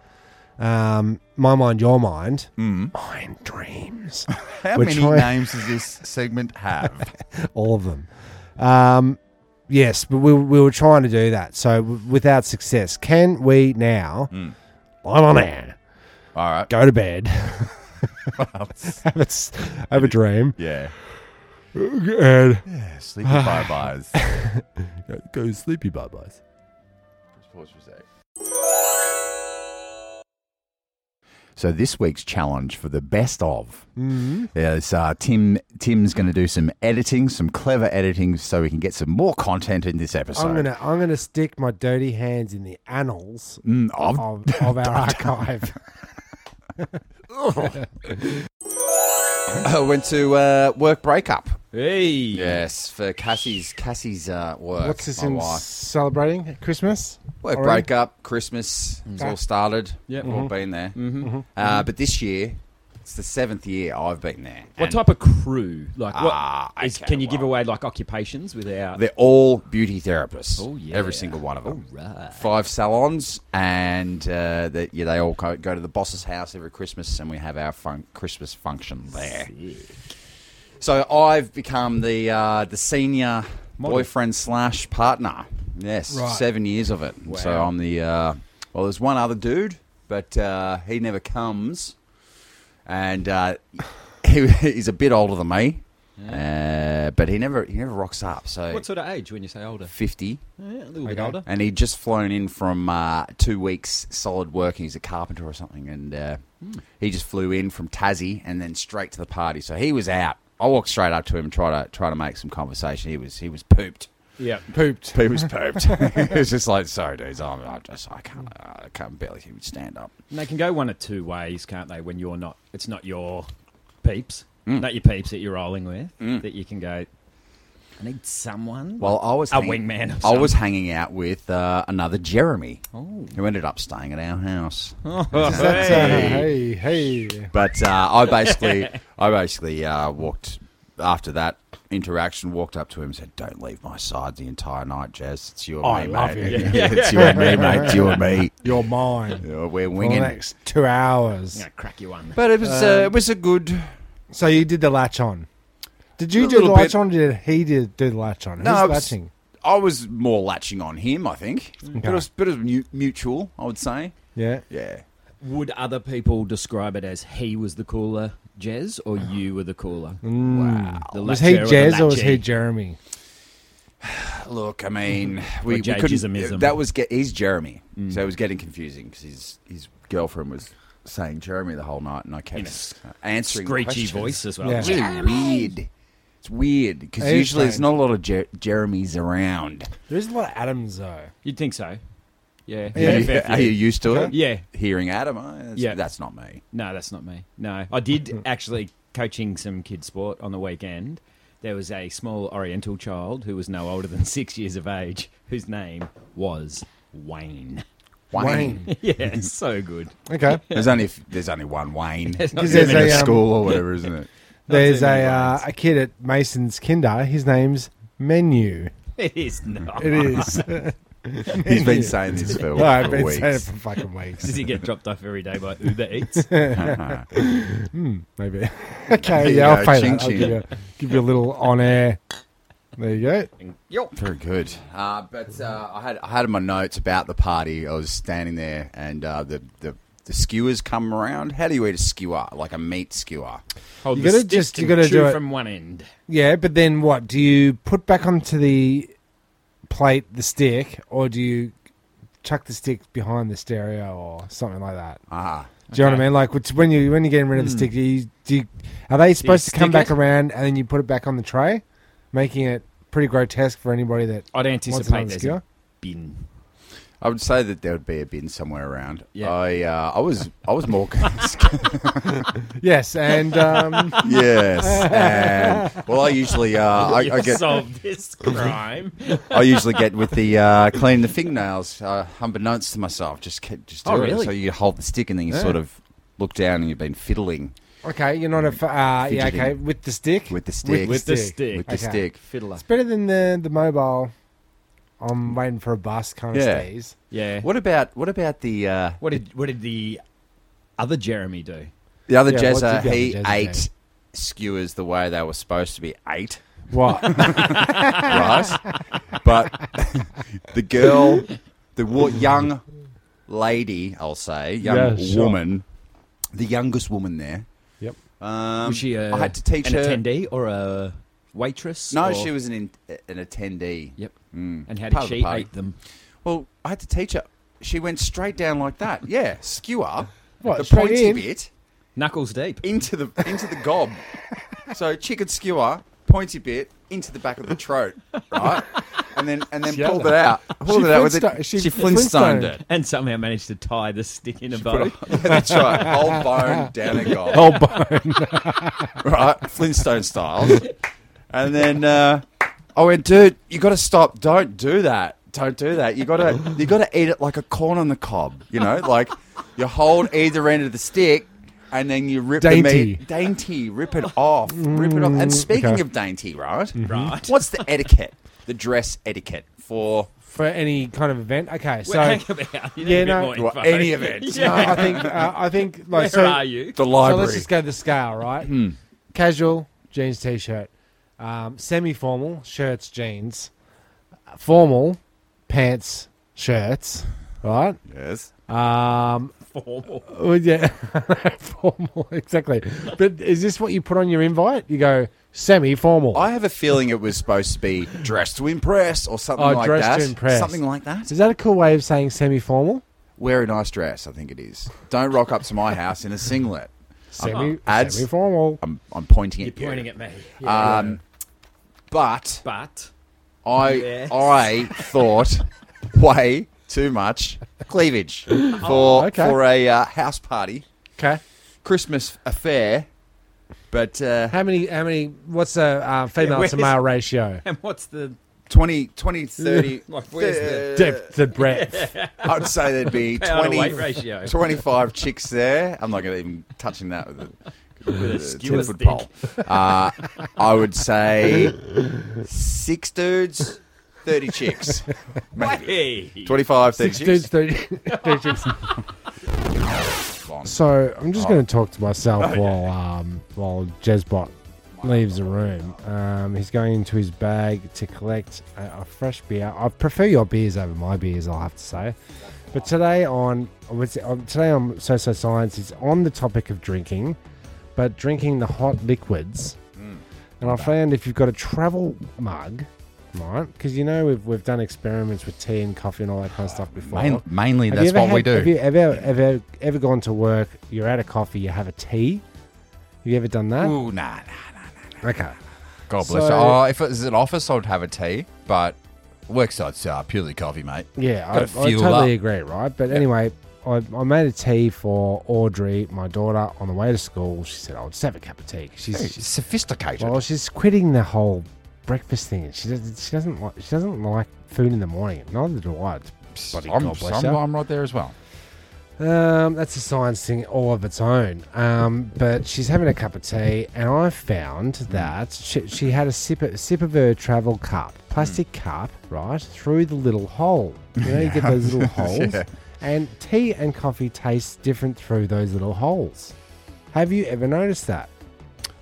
Speaker 3: um, my mind, your mind, mine dreams.
Speaker 7: How
Speaker 3: We're
Speaker 7: many
Speaker 3: trying-
Speaker 7: names does this segment have?
Speaker 3: all of them. Um, yes, but we, we were trying to do that. So w- without success, can we now? I'm on air.
Speaker 7: all right.
Speaker 3: Go to bed.
Speaker 7: Well,
Speaker 3: have, a, s- have a dream.
Speaker 7: yeah.
Speaker 3: Uh, And
Speaker 7: Yeah, sleepy bye-byes.
Speaker 3: go sleepy bye byes.
Speaker 7: Pause for a sec. So this week's challenge for the best of
Speaker 2: Mm-hmm.
Speaker 7: is uh, Tim. Tim's going to do some editing, some clever editing, so we can get some more content in this episode.
Speaker 3: I'm gonna I'm gonna stick my dirty hands in the annals
Speaker 7: Mm, I've-
Speaker 3: of, of our archive.
Speaker 2: I went to uh, work breakup.
Speaker 8: Hey.
Speaker 2: Yes, for Cassie's Cassie's uh, work.
Speaker 8: What's this
Speaker 2: my
Speaker 8: in
Speaker 2: wife.
Speaker 8: celebrating? At Christmas?
Speaker 2: Work
Speaker 8: already?
Speaker 2: breakup, Christmas. It's all started. Yeah, we've all been there. Mm-hmm. Uh, but this year, it's the seventh year I've been there.
Speaker 8: What
Speaker 2: And
Speaker 8: type of crew? Like, what
Speaker 2: Ah,
Speaker 8: is-
Speaker 2: okay,
Speaker 8: can you give
Speaker 2: well.
Speaker 8: away like occupations without?
Speaker 2: They're all beauty therapists.
Speaker 8: Oh, yeah.
Speaker 2: every single one of them.
Speaker 8: right.
Speaker 2: Five salons, and uh, they, yeah, they all go, go to the boss's house every Christmas, and we have our fun- Christmas function there. So I've become the uh, the senior boyfriend slash partner. Yes, seven years of it. So I'm the uh, well. There's one other dude, but uh, he never comes, and uh, he, he's a bit older than me. Uh, but he never he never rocks up. So
Speaker 8: What sort of age when you say older?
Speaker 2: fifty,
Speaker 8: Yeah, a little bit older.
Speaker 2: and he'd just flown in from uh, two weeks solid working. He's a carpenter or something, and uh, he just flew in from Tassie and then straight to the party. So he was out. I walked straight up to him, try to try to make some conversation. He was he was pooped.
Speaker 8: Yeah.
Speaker 2: Pooped. He was pooped. he was just like, sorry, dudes, I'm, I just I can't uh, I can't barely even stand up.
Speaker 8: And they can go one of two ways, can't they? When you're not, it's not your peeps,
Speaker 2: Mm.
Speaker 8: not your peeps that you're rolling with, that you can go. I need someone.
Speaker 2: Well, I was
Speaker 8: a wingman. Of
Speaker 2: I was
Speaker 8: some-
Speaker 2: hanging out with uh, another Jeremy, who ended up staying at our house.
Speaker 3: uh,
Speaker 8: Hey.
Speaker 7: Hey.
Speaker 8: hey.
Speaker 2: But uh, I basically, I basically uh, walked after that interaction, walked up to him, and said, "Don't leave my side the entire night, Jazz. It's you and
Speaker 3: Oh, I
Speaker 2: me,
Speaker 3: love
Speaker 2: mate.
Speaker 8: you." Yeah.
Speaker 2: it's you and me, mate. It's you and me.
Speaker 3: You're mine
Speaker 2: Uh, We're
Speaker 3: for the
Speaker 2: winging."
Speaker 3: next two hours.
Speaker 8: I'm gonna crack you one.
Speaker 2: But it was
Speaker 3: Um,
Speaker 2: uh, it was a good.
Speaker 3: So you did the latch on. Did you
Speaker 2: A
Speaker 3: do the
Speaker 2: little
Speaker 3: latch
Speaker 2: bit.
Speaker 3: on? Or did he did do the latch on?
Speaker 2: No,
Speaker 3: Who's
Speaker 2: it was-
Speaker 3: latching? Mm.
Speaker 2: I was more latching on him, I think. But it was bit of mu- mutual, I would say.
Speaker 3: Yeah.
Speaker 2: Yeah.
Speaker 8: Would other people describe it as he was the cooler, Jez, or
Speaker 2: Uh-huh.
Speaker 8: you were the cooler?
Speaker 3: Mm.
Speaker 8: The
Speaker 3: Was
Speaker 8: latcher
Speaker 3: he
Speaker 8: or the
Speaker 3: Jez or was he
Speaker 8: latchie?
Speaker 3: Jeremy?
Speaker 2: Look, I mean, we, we
Speaker 8: Judgeismism.
Speaker 2: couldn't. That was get, he's Jeremy,
Speaker 8: Mm.
Speaker 2: so it was getting confusing because his his girlfriend was saying Jeremy the whole night, and I kept
Speaker 8: In a
Speaker 2: s- answering
Speaker 8: Screechy
Speaker 2: questions.
Speaker 8: voice as well.
Speaker 3: Yeah.
Speaker 2: It's really weird. It's weird because
Speaker 3: It is
Speaker 2: usually there's
Speaker 3: strange.
Speaker 2: not a lot of Jer- Jeremys around.
Speaker 3: There is a lot of Adams though.
Speaker 8: You'd think so. Yeah.
Speaker 2: Are,
Speaker 8: Yeah.
Speaker 2: you,
Speaker 8: fair
Speaker 2: are you
Speaker 8: few.
Speaker 2: used to it?
Speaker 8: Yeah.
Speaker 2: Hearing Adam, oh, that's,
Speaker 8: Yeah.
Speaker 2: that's not me.
Speaker 8: No, that's not me. No, I did actually coaching some kid sport on the weekend. There was a small Oriental child who was no older than six years of age, whose name was Wayne.
Speaker 9: Wayne.
Speaker 8: yeah, so good.
Speaker 3: Okay.
Speaker 9: There's only there's only one Wayne
Speaker 3: Because
Speaker 9: in
Speaker 3: there's
Speaker 9: a
Speaker 3: a, um,
Speaker 9: school or whatever, isn't it?
Speaker 3: there's
Speaker 8: many
Speaker 3: a, uh, a kid at Mason's Kinder. His name's Menu.
Speaker 8: It is not.
Speaker 3: It is.
Speaker 9: He's been saying this for,
Speaker 3: Well, I've
Speaker 9: for
Speaker 3: been
Speaker 9: weeks.
Speaker 3: saying it for fucking weeks.
Speaker 8: Does he get dropped off every day by Uber Eats?
Speaker 3: Maybe. okay,
Speaker 9: you
Speaker 3: yeah,
Speaker 9: go,
Speaker 3: I'll pay
Speaker 9: ching
Speaker 3: that. I'll
Speaker 9: ching.
Speaker 3: give you, give you a little on air. There you go.
Speaker 2: Yep. Very good. Uh, but uh, I had I had in my notes about the party. I was standing there, and uh, the, the the skewers come around. How do you eat a skewer? Like a meat skewer?
Speaker 8: Hold
Speaker 3: You
Speaker 8: the
Speaker 3: gotta
Speaker 8: stick
Speaker 3: just- you
Speaker 8: and
Speaker 3: gotta
Speaker 8: chew
Speaker 3: do it-
Speaker 8: from one end.
Speaker 3: Yeah, but then what? Do you put back onto the plate the stick, or do you chuck the stick behind the stereo or something like that?
Speaker 2: Ah,
Speaker 3: Do you know what I mean? Like which, when you when you're getting rid of the stick, do you, do you, are they supposed to come
Speaker 8: stick
Speaker 3: back
Speaker 8: it?
Speaker 3: around and then you put it back on the tray, making it pretty grotesque for anybody that
Speaker 8: I'd
Speaker 3: wants it on
Speaker 8: anticipate
Speaker 3: the
Speaker 8: there's
Speaker 3: skewer?
Speaker 8: a bin.
Speaker 2: I would say that there would be a bin somewhere around.
Speaker 8: Yeah.
Speaker 2: I uh, I was I was more
Speaker 3: Yes, and um,
Speaker 2: yes. And, well, I usually uh, I, I
Speaker 8: You've
Speaker 2: get
Speaker 8: solved this crime.
Speaker 2: I usually get with the uh, cleaning the fingernails, uh, unbeknownst to myself. Just kept, just do
Speaker 8: Oh,
Speaker 2: it.
Speaker 8: really?
Speaker 2: So you hold the stick and then you
Speaker 3: Yeah.
Speaker 2: sort of look down and you've been fiddling
Speaker 3: okay, you're not a fa- uh, yeah
Speaker 2: Fidgeting.
Speaker 3: okay with the stick.
Speaker 2: with the stick.
Speaker 8: With the
Speaker 3: Stick.
Speaker 8: stick.
Speaker 2: With the
Speaker 3: Okay.
Speaker 2: stick.
Speaker 8: Fiddler.
Speaker 3: it's better than the the mobile. I'm waiting for a bus kind of
Speaker 2: Yeah.
Speaker 3: stays.
Speaker 8: Yeah. What,
Speaker 2: What about what about the uh,
Speaker 8: did what did the other Jeremy do?
Speaker 2: the other
Speaker 3: Yeah, what
Speaker 2: jazzer?
Speaker 3: did the
Speaker 2: He
Speaker 3: other jazzer
Speaker 2: ate
Speaker 3: do?
Speaker 2: skewers the way they were supposed to be ate,
Speaker 3: What?
Speaker 2: right? but the girl, the wa- young lady, I'll say, young
Speaker 10: Yeah, sure.
Speaker 2: woman, the youngest woman there.
Speaker 3: Yep.
Speaker 2: Um,
Speaker 8: was she a,
Speaker 2: I had to teach
Speaker 8: an
Speaker 2: her.
Speaker 8: attendee or a waitress?
Speaker 2: No,
Speaker 8: or-
Speaker 2: she was an in, an attendee.
Speaker 8: Yep.
Speaker 2: Mm.
Speaker 8: And how
Speaker 2: Part
Speaker 8: did
Speaker 2: of the
Speaker 8: she
Speaker 2: party.
Speaker 8: eat them?
Speaker 2: Well, I had to teach her. She went straight down like that. Yeah, skewer
Speaker 3: What,
Speaker 2: the
Speaker 3: straight
Speaker 2: pointy
Speaker 3: in?
Speaker 2: bit
Speaker 8: Knuckles deep.
Speaker 2: into the into the gob. so chicken skewer, pointy bit into the back of the throat, right? And then and then pulled it out. Pulled
Speaker 3: She
Speaker 2: it out with
Speaker 3: Flintstone-
Speaker 2: it.
Speaker 3: she
Speaker 2: She, flintstoned
Speaker 3: Flintstoned.
Speaker 2: it.
Speaker 8: And somehow managed to tie the stick in a
Speaker 2: Put
Speaker 8: bow.
Speaker 2: it on- That's right. Whole bone down a gob.
Speaker 3: Oh, bone.
Speaker 2: right? Flintstone style. And then uh, I went, dude, you got to stop. Don't do that. Don't do that. You got to you got to eat it like a corn on the cob. You know, like you hold either end of the stick. And then you rip
Speaker 3: Dainty. Mm,
Speaker 2: the meat, dainty, rip it off, rip it off. And speaking
Speaker 3: okay.
Speaker 2: of dainty, right?
Speaker 8: Right.
Speaker 2: What's the etiquette, the dress etiquette for
Speaker 3: for any kind of event. Okay, so
Speaker 8: Well, hang about. You need
Speaker 3: Yeah,
Speaker 8: a bit
Speaker 3: no.
Speaker 8: more
Speaker 2: Well,
Speaker 8: info.
Speaker 2: any event?
Speaker 3: No, I think uh, I think like
Speaker 8: Where
Speaker 3: so.
Speaker 8: are you?
Speaker 2: the
Speaker 3: So
Speaker 2: library? Hmm.
Speaker 3: let's just go to the scale, right? Casual jeans, t-shirt. Um, semi-formal shirts, jeans. Formal pants, shirts. Right?
Speaker 2: yes.
Speaker 3: Um,
Speaker 8: Formal.
Speaker 3: well, yeah, formal exactly. But is this what you put on your invite? You go semi-formal.
Speaker 2: I have a feeling it was supposed to be dressed to impress or something
Speaker 3: Oh,
Speaker 2: like
Speaker 3: dress
Speaker 2: that.
Speaker 3: to impress.
Speaker 2: Something like that.
Speaker 3: is that a cool way of saying semi-formal?
Speaker 2: Wear a nice dress, I think it is. Don't rock up to my house in a singlet.
Speaker 3: Semi,
Speaker 2: Ads.
Speaker 3: semi-formal.
Speaker 2: I'm, I'm pointing
Speaker 8: You're
Speaker 2: at you.
Speaker 8: pointing at me. Yeah.
Speaker 2: Um, but
Speaker 8: but
Speaker 2: I
Speaker 8: Yes.
Speaker 2: I thought way too much cleavage
Speaker 8: Oh,
Speaker 2: for
Speaker 3: okay.
Speaker 2: for a uh, house party,
Speaker 3: Okay.
Speaker 2: Christmas affair. But uh,
Speaker 3: How many? How many? What's the uh, female
Speaker 8: where's-
Speaker 3: to male ratio?
Speaker 8: and what's the
Speaker 2: 20, 20 30,
Speaker 8: Like, where's the
Speaker 2: uh,
Speaker 3: Depth to breadth.
Speaker 2: I'd say there'd be
Speaker 8: power to
Speaker 2: 20,
Speaker 8: weight ratio?
Speaker 2: 25 chicks there. I'm not going to even touching that with a, with a
Speaker 8: skewer
Speaker 2: 10 foot
Speaker 8: stick.
Speaker 2: pole. Uh, I would say six dudes, 30 chicks. Maybe.
Speaker 8: Hey.
Speaker 2: 25, 30
Speaker 3: Dudes,
Speaker 2: chicks.
Speaker 3: thirty- thirty chicks.
Speaker 2: Come on.
Speaker 3: So I'm just going to talk to myself while um, while Jezbot leaves the room. Um, he's going into his bag to collect a, a fresh beer. I prefer your beers over my beers, I'll have to say. But today on I would say- on- today on So So Science is on the topic of drinking, but drinking the hot liquids. And I found if you've got a travel mug, right? Because you know we've we've done experiments with tea and coffee and all that kind of stuff before.
Speaker 9: Main, mainly,
Speaker 3: Have
Speaker 9: that's
Speaker 3: you ever
Speaker 9: what we
Speaker 3: had- Have
Speaker 9: do.
Speaker 3: you ever, ever, ever gone to work? You're out of coffee. You have a tea. Have you ever done that?
Speaker 9: Ooh, nah, nah,
Speaker 3: Okay.
Speaker 9: God bless.
Speaker 3: So-
Speaker 9: oh, if it was an office, I'd have a tea, but workside's uh, purely coffee, mate.
Speaker 3: Yeah, I, I
Speaker 9: Gotta fuel
Speaker 3: totally
Speaker 9: up.
Speaker 3: agree, right? But anyway, I, I made a tea for Audrey, my daughter, on the way to school. She said, "I'll just have a cup of tea." She's,
Speaker 9: It's sophisticated.
Speaker 3: well, she's quitting the whole breakfast thing. She doesn't. She doesn't like. She doesn't like food in the morning. Neither do I. To Bloody
Speaker 2: I'm,
Speaker 3: God bless
Speaker 2: I'm,
Speaker 3: her.
Speaker 2: I'm right there as well.
Speaker 3: Um, that's a science thing all of its own. Um, but she's having a cup of tea, and I found
Speaker 2: Hmm.
Speaker 3: that she, she had a sip, of, sip of her travel cup, plastic
Speaker 2: Hmm.
Speaker 3: cup, right, through the little hole. You know, you get those little holes.
Speaker 2: Yeah.
Speaker 3: And tea and coffee tastes different through those little holes. Have you ever noticed that?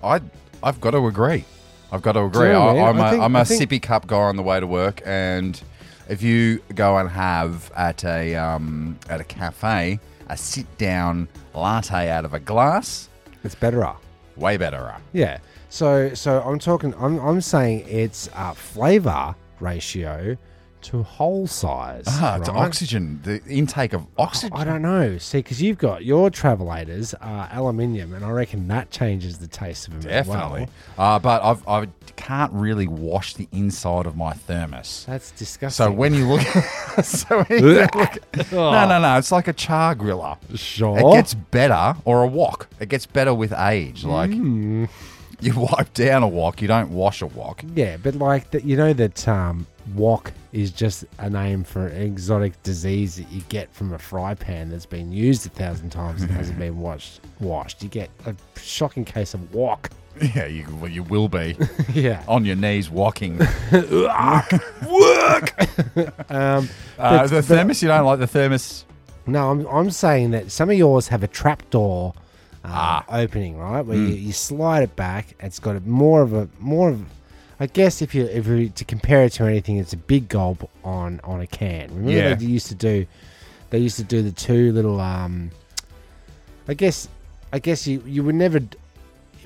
Speaker 2: I I've got to agree. I've got to agree.
Speaker 3: know what I
Speaker 2: I,
Speaker 3: mean?
Speaker 2: I'm,
Speaker 3: I think-
Speaker 2: a, I'm a
Speaker 3: I think-
Speaker 2: sippy cup guy on the way to work, and if you go and have at a um, at a cafe a sit down latte out of a glass,
Speaker 3: It's better. uh.
Speaker 2: way better.
Speaker 3: Yeah. So so I'm talking I'm I'm saying it's uh, flavor ratio to hole size.
Speaker 2: Ah, to
Speaker 3: right?
Speaker 2: oxygen, the intake of oxygen.
Speaker 3: I don't know. See, because you've got your travelators are aluminium, and I reckon that changes the taste of them. as well.
Speaker 2: Definitely. Uh, but I've, I can't really wash the inside of my thermos.
Speaker 3: That's disgusting.
Speaker 2: So when you look, so when you look, no, no, no, it's like a char griller.
Speaker 3: sure,
Speaker 2: It gets better, or a wok. It gets better with age. Like
Speaker 3: Hmm.
Speaker 2: you wipe down a wok, you don't wash a wok.
Speaker 3: yeah, but like that, you know that um, wok is just a name for an exotic disease that you get from a fry pan that's been used a thousand times and hasn't been washed. Washed, you get a shocking case of wok.
Speaker 2: Yeah, you well, you will be
Speaker 3: Yeah.
Speaker 2: on your knees walking.
Speaker 3: Um,
Speaker 2: Uh, the thermos, you don't like the thermos.
Speaker 3: No, I'm, I'm saying that some of yours have a trapdoor uh,
Speaker 2: Ah.
Speaker 3: opening, right? Where
Speaker 2: Hmm.
Speaker 3: you, you slide it back. It's got a, more of a more of. I guess if you if you to compare it to anything, it's a big gulp on on a can. Remember
Speaker 2: Yeah.
Speaker 3: they used to do. They used to do the two little. Um, I guess, I guess you you would never. d-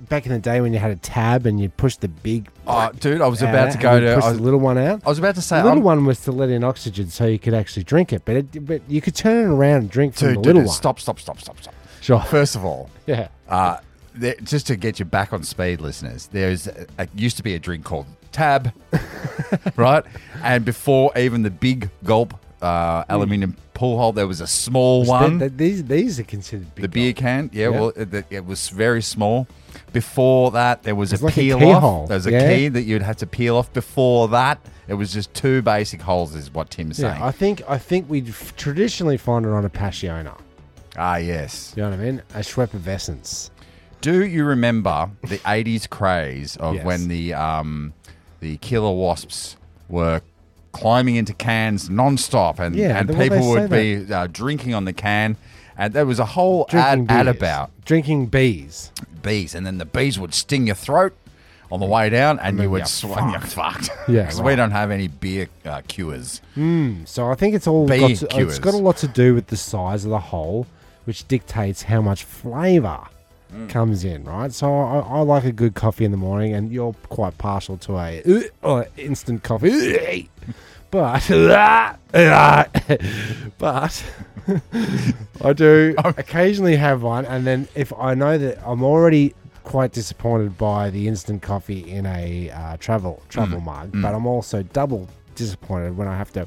Speaker 3: Back in the day when you had a tab and you pushed the big.
Speaker 2: Oh, dude, I was
Speaker 3: out
Speaker 2: about to
Speaker 3: and
Speaker 2: go
Speaker 3: you
Speaker 2: to.
Speaker 3: push
Speaker 2: I was,
Speaker 3: the little one out.
Speaker 2: I was about to say,
Speaker 3: The little
Speaker 2: I'm-
Speaker 3: one was to let in oxygen so you could actually drink it, but it, but you could turn it around and drink from
Speaker 2: dude,
Speaker 3: the
Speaker 2: dude,
Speaker 3: little
Speaker 2: dude,
Speaker 3: one.
Speaker 2: stop, stop, stop, stop, stop.
Speaker 3: Sure.
Speaker 2: First of all,
Speaker 3: Yeah.
Speaker 2: Uh, there, just to get you back on speed, listeners, there's a, a- used to be a drink called Tab, right? And before even the big gulp uh, aluminium
Speaker 3: Mm.
Speaker 2: pull hole, there was a small one.
Speaker 3: Th- th- these these are considered big
Speaker 2: the beer
Speaker 3: gulp.
Speaker 2: can, yeah,
Speaker 3: Yeah.
Speaker 2: well, it, it- it was very small. Before that, there was
Speaker 3: It's
Speaker 2: a
Speaker 3: like a
Speaker 2: peel
Speaker 3: key
Speaker 2: off.
Speaker 3: hole,
Speaker 2: There was a
Speaker 3: yeah.
Speaker 2: key that you'd have to peel off. Before that, it was just two basic holes, is what Tim's saying.
Speaker 3: Yeah, I think I think we f- traditionally find it on a passiona.
Speaker 2: ah, yes.
Speaker 3: You know what I mean? A Schweppes essence.
Speaker 2: Do you remember the '80s craze of
Speaker 3: Yes.
Speaker 2: when the um, the killer wasps were climbing into cans non-stop and,
Speaker 3: Yeah,
Speaker 2: and
Speaker 3: the- well,
Speaker 2: people
Speaker 3: they
Speaker 2: would
Speaker 3: say
Speaker 2: be uh, drinking on the can, and there was a whole ad,
Speaker 3: Drinking
Speaker 2: ad
Speaker 3: beers.
Speaker 2: about
Speaker 3: drinking bees.
Speaker 2: bees, and then the bees would sting your throat on the way down, and you would swing you fucked.
Speaker 3: Yeah,
Speaker 2: because we
Speaker 3: right.
Speaker 2: don't have any beer uh, cures.
Speaker 3: So I think it's all
Speaker 2: Bee
Speaker 3: got to,
Speaker 2: cures.
Speaker 3: it's got a lot to do with the size of the hole, which dictates how much flavour comes in, right? So I, I like a good coffee in the morning, and you're quite partial to a "Ugh," or instant coffee, but but I do occasionally have one, and then if I know that I'm already quite disappointed by the instant coffee in a uh, travel
Speaker 2: Mm,
Speaker 3: travel mug, but I'm also double disappointed when I have to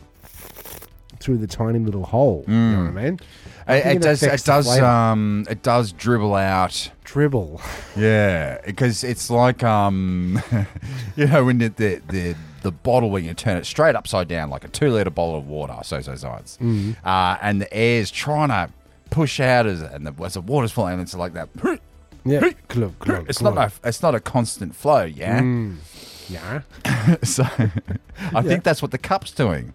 Speaker 3: through the tiny little hole. You know what I mean? I
Speaker 2: Mm. It,
Speaker 3: think
Speaker 2: it does. It
Speaker 3: affects the
Speaker 2: does.
Speaker 3: flavour.
Speaker 2: Um, it does dribble out.
Speaker 3: dribble.
Speaker 2: Yeah, because it's like um, you know when the, the the the bottle when you turn it straight upside down like a two liter bottle of water, so so sides,
Speaker 3: Mm-hmm.
Speaker 2: uh, and the air's trying to push out as and the, as the water's flowing, it's like that.
Speaker 3: Yeah, club, club,
Speaker 2: It's
Speaker 3: club.
Speaker 2: not a it's not a constant flow, yeah.
Speaker 3: Mm. yeah.
Speaker 2: So I think that's what the cup's doing.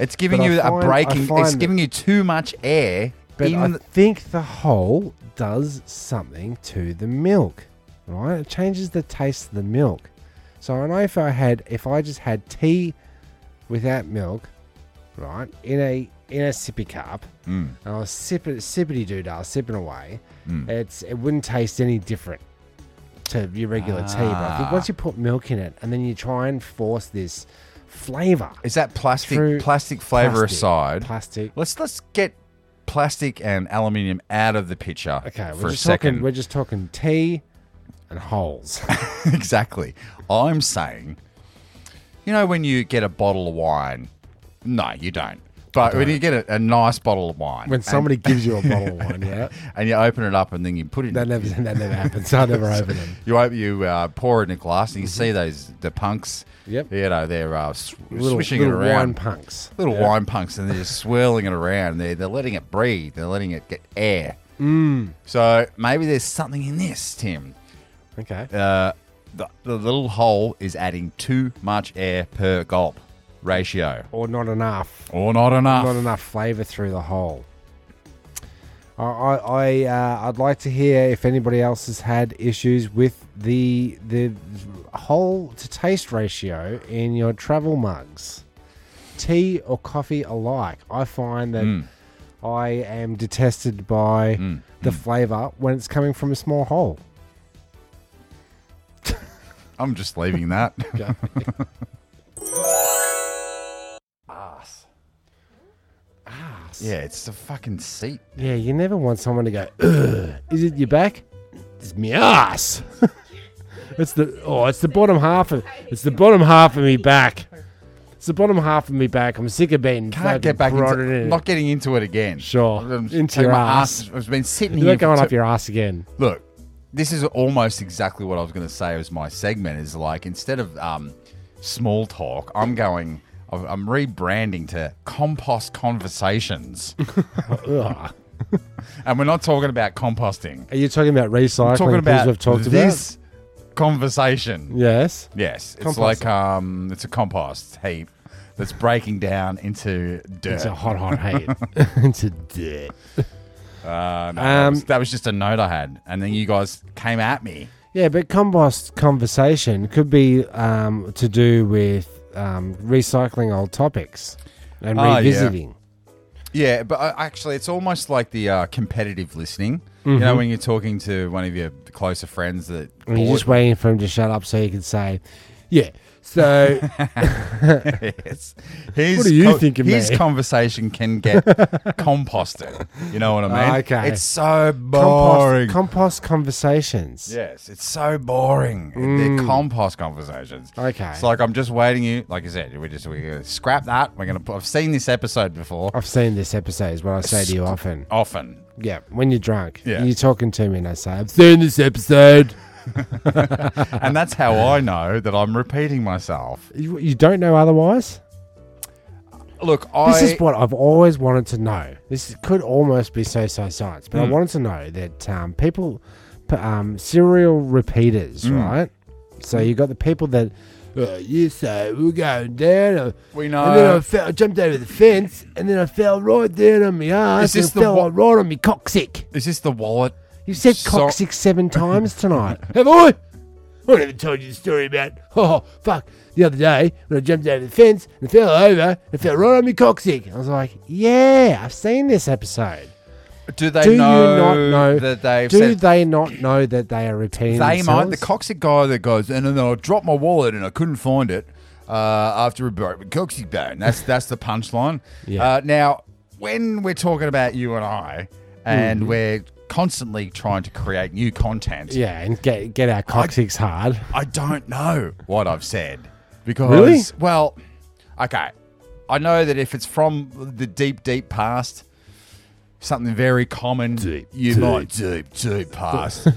Speaker 2: It's giving
Speaker 3: But I
Speaker 2: you a
Speaker 3: find- I
Speaker 2: breaking. It's
Speaker 3: find
Speaker 2: giving you too much air.
Speaker 3: But
Speaker 2: in
Speaker 3: I
Speaker 2: the-
Speaker 3: think the hole does something to the milk, right? It changes the taste of the milk. So I know if I had, if I just had tea without milk, right, in a in a sippy cup,
Speaker 2: Mm.
Speaker 3: and I was sipping sippity doo dah, sipping away, it's it wouldn't taste any different to your regular tea. But I think
Speaker 2: Ah.
Speaker 3: once you put milk in it, and then you try and force this flavor,
Speaker 2: is that plastic
Speaker 3: True
Speaker 2: plastic flavor
Speaker 3: plastic-
Speaker 2: aside?
Speaker 3: plastic.
Speaker 2: Let's let's get plastic and aluminium out of the picture
Speaker 3: Okay, we're
Speaker 2: for a
Speaker 3: just
Speaker 2: second.
Speaker 3: talking. We're just talking tea and holes.
Speaker 2: exactly. I'm saying, you know, when you get a bottle of wine, no, you don't. But when you get a, a nice bottle of wine,
Speaker 3: When
Speaker 2: and-
Speaker 3: somebody gives you a bottle of wine, yeah,
Speaker 2: and you open it up and then you put it
Speaker 3: that
Speaker 2: in,
Speaker 3: never that never happens. I never open them.
Speaker 2: you op- you uh, pour it in a glass and you see those the punks.
Speaker 3: Mm-hmm. Yep.
Speaker 2: You know they're uh, sw-
Speaker 3: Little,
Speaker 2: swishing
Speaker 3: little
Speaker 2: it around.
Speaker 3: wine punks.
Speaker 2: little wine punks and they're just swirling it around. They're, they're letting it breathe. They're letting it get air.
Speaker 3: Mm.
Speaker 2: So maybe there's something in this, Tim.
Speaker 3: Okay.
Speaker 2: Uh, the, the little hole is adding too much air per gulp ratio.
Speaker 3: Or not enough.
Speaker 2: Or not enough.
Speaker 3: Not enough flavour through the hole. I, I, I uh, I'd like to hear if anybody else has had issues with the the whole to taste ratio in your travel mugs, tea or coffee alike. I find that
Speaker 2: Mm.
Speaker 3: I am detested by the
Speaker 2: Mm.
Speaker 3: flavour when it's coming from a small hole.
Speaker 2: I'm just leaving that. yeah, it's the fucking seat.
Speaker 3: Yeah, you never want someone to go, Ugh, is it your back? It's me ass. it's the oh, it's the bottom half of it's the bottom half of me back. It's the bottom half of me back. I'm sick of being
Speaker 2: Can't get back into
Speaker 3: in.
Speaker 2: Not getting into it again.
Speaker 3: Sure.
Speaker 2: I'm just
Speaker 3: Into
Speaker 2: taking
Speaker 3: your
Speaker 2: my
Speaker 3: ass.
Speaker 2: I've been sitting
Speaker 3: You're
Speaker 2: here.
Speaker 3: not going
Speaker 2: for
Speaker 3: up
Speaker 2: two-
Speaker 3: your ass again.
Speaker 2: Look, this is almost exactly what I was going to say as my segment is like instead of um, small talk, I'm going, I'm I'm rebranding to compost conversations.
Speaker 3: Ugh.
Speaker 2: and we're not talking about composting.
Speaker 3: Are you talking about recycling?
Speaker 2: We're talking
Speaker 3: things
Speaker 2: about
Speaker 3: we've talked
Speaker 2: this conversation.
Speaker 3: about. Yes.
Speaker 2: Yes, it's
Speaker 3: Compost.
Speaker 2: like um, it's a compost heap that's breaking down into dirt.
Speaker 3: It's a hot, hot hate. it's a dirt.
Speaker 2: Uh, no, that, was,
Speaker 3: Um,
Speaker 2: that was just a note I had, and then you guys came at me.
Speaker 3: Yeah, but compost conversation could be um, to do with um, recycling old topics and
Speaker 2: Ah, yeah.
Speaker 3: revisiting.
Speaker 2: Yeah, but uh, actually, it's almost like the uh, competitive listening. You
Speaker 3: Mm-hmm.
Speaker 2: know, when you're talking to one of your closer friends that
Speaker 3: And you're
Speaker 2: bought-
Speaker 3: Oh, just waiting for him to shut up so you can say, yeah. So,
Speaker 2: Yes. His
Speaker 3: What do you think of
Speaker 2: His
Speaker 3: me?
Speaker 2: conversation can get composted. You know what I mean?
Speaker 3: Ah, okay.
Speaker 2: It's so boring.
Speaker 3: compost, compost conversations.
Speaker 2: yes, it's so boring. They're compost conversations.
Speaker 3: Mm. Okay.
Speaker 2: It's like I'm just waiting you. Like I said, we're just we're gonna scrap that. We're gonna. put- I've seen this episode before.
Speaker 3: I've seen this episode, is what I say to you often.
Speaker 2: Often.
Speaker 3: Yeah, when you're drunk,
Speaker 2: Yeah.
Speaker 3: and you're talking to me, and I say, I've seen this episode.
Speaker 2: And that's how I know that I'm repeating myself.
Speaker 3: You, you don't know otherwise?
Speaker 2: Look, I.
Speaker 3: This is what I've always wanted to know. This could almost be so so science, but I
Speaker 2: Hmm.
Speaker 3: wanted to know that um, people, p- um, serial repeaters,
Speaker 2: Hmm.
Speaker 3: right? So you got the people that, uh, you say, we're going down. uh,
Speaker 2: We
Speaker 3: And then
Speaker 2: know.
Speaker 3: I, fell, I jumped over the fence, and then I fell right down on my ass.
Speaker 2: Is this
Speaker 3: and
Speaker 2: the
Speaker 3: fell
Speaker 2: wa-
Speaker 3: right on me coccyx.
Speaker 2: Is this the wallet?
Speaker 3: You said
Speaker 2: So-
Speaker 3: coccyx seven times tonight. Have I? I never told you the story about, oh, fuck, the other day when I jumped over the fence and fell over and fell right on me coccyx. I was like, yeah, I've seen this episode.
Speaker 2: Do they
Speaker 3: do
Speaker 2: know,
Speaker 3: you not know
Speaker 2: that they've
Speaker 3: Do
Speaker 2: said
Speaker 3: they not know that they are repeating
Speaker 2: they might
Speaker 3: themselves?
Speaker 2: the coxic guy that goes and then I dropped my wallet and I couldn't find it uh, after a broke my coxic bone. That's that's the punchline.
Speaker 3: Yeah.
Speaker 2: Uh, now, when we're talking about you and I, and
Speaker 3: Mm-hmm.
Speaker 2: we're constantly trying to create new content,
Speaker 3: yeah, and get get our coccyx hard.
Speaker 2: I don't know what I've said because
Speaker 3: Really?
Speaker 2: well, okay. I know that if it's from the deep, deep past, something very common, you might deep, deep past.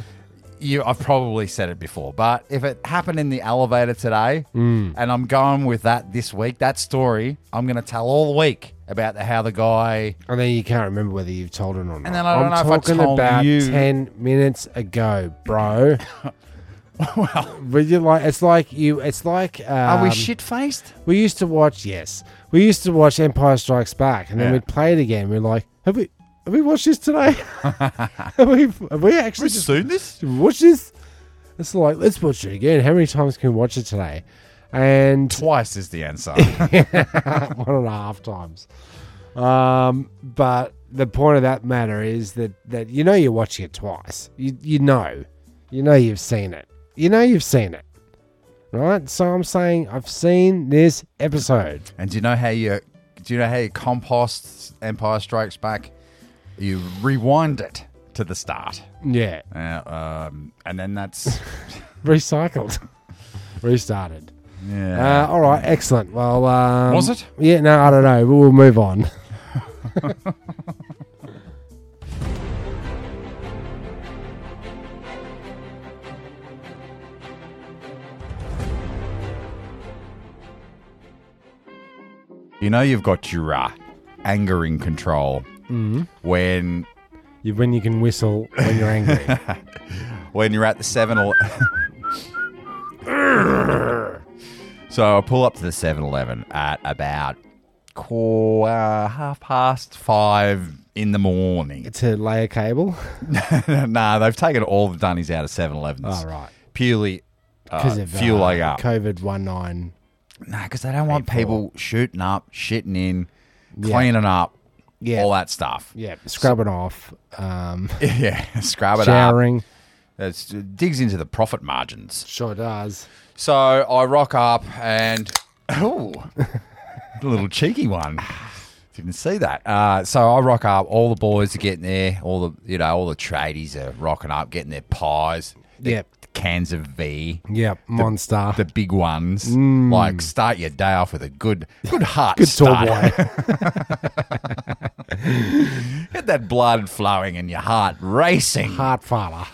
Speaker 2: you, I've probably said it before, but if it happened in the elevator today, and I'm going with that this week, that story I'm going to tell all week about the, how the guy.
Speaker 3: And then you can't remember whether you've told it or not.
Speaker 2: then I don't
Speaker 3: am
Speaker 2: know if I
Speaker 3: talking
Speaker 2: told
Speaker 3: about
Speaker 2: you.
Speaker 3: ten minutes ago, bro. well, but you like it's like you it's like um,
Speaker 2: Are we shit faced?
Speaker 3: We used to watch yes, we used to watch Empire Strikes Back, and then
Speaker 2: Yeah.
Speaker 3: we'd play it again. We're like, have we have we watched this today? have we have we actually just
Speaker 2: seen this?
Speaker 3: watched this? It's like let's watch it again. How many times can we watch it today? And
Speaker 2: Twice is the answer.
Speaker 3: one and a half times. Um, but the point of that matter is that, that you know you're watching it twice. You you know, you know you've seen it. You know you've seen it, right? So I'm saying I've seen this episode.
Speaker 2: And do you know how you do you know how you compost Empire Strikes Back? You rewind it to the start,
Speaker 3: Yeah,
Speaker 2: uh, um, and then that's
Speaker 3: recycled, restarted.
Speaker 2: yeah.
Speaker 3: Uh, all right, excellent. Well, um,
Speaker 2: Was it?
Speaker 3: Yeah, no, I don't know. But we'll move on.
Speaker 2: You know you've got your uh, anger in control when
Speaker 3: You- when you can whistle when you're angry.
Speaker 2: when you're at the 7 Eleven. so I pull up to the 7 Eleven at about qu- uh, half past five in the morning.
Speaker 3: to lay a cable
Speaker 2: nah, they've taken all the dunnies out of 7 Elevens.
Speaker 3: Oh, right.
Speaker 2: Purely
Speaker 3: because
Speaker 2: uh,
Speaker 3: of
Speaker 2: fuel like up.
Speaker 3: COVID one nine.
Speaker 2: Nah, because they don't want people shooting up, shitting in,
Speaker 3: Yeah.
Speaker 2: cleaning up,
Speaker 3: Yeah.
Speaker 2: all that stuff.
Speaker 3: Yeah, scrubbing off, um,
Speaker 2: Yeah, scrub it up.
Speaker 3: showering.
Speaker 2: It's, it digs into the profit margins.
Speaker 3: Sure does.
Speaker 2: So I rock up and oh, a little cheeky one. If you can see that. Uh, so I rock up. All the boys are getting there. All the you know, all the tradies are rocking up, getting their pies. the
Speaker 3: Yep.
Speaker 2: Cans of V.
Speaker 3: Yep, monster.
Speaker 2: The big ones. Like start your day off with a good, good heart.
Speaker 3: Mm. Good tall
Speaker 2: start.
Speaker 3: boy.
Speaker 2: Get that blood flowing and your heart racing.
Speaker 3: Heart father.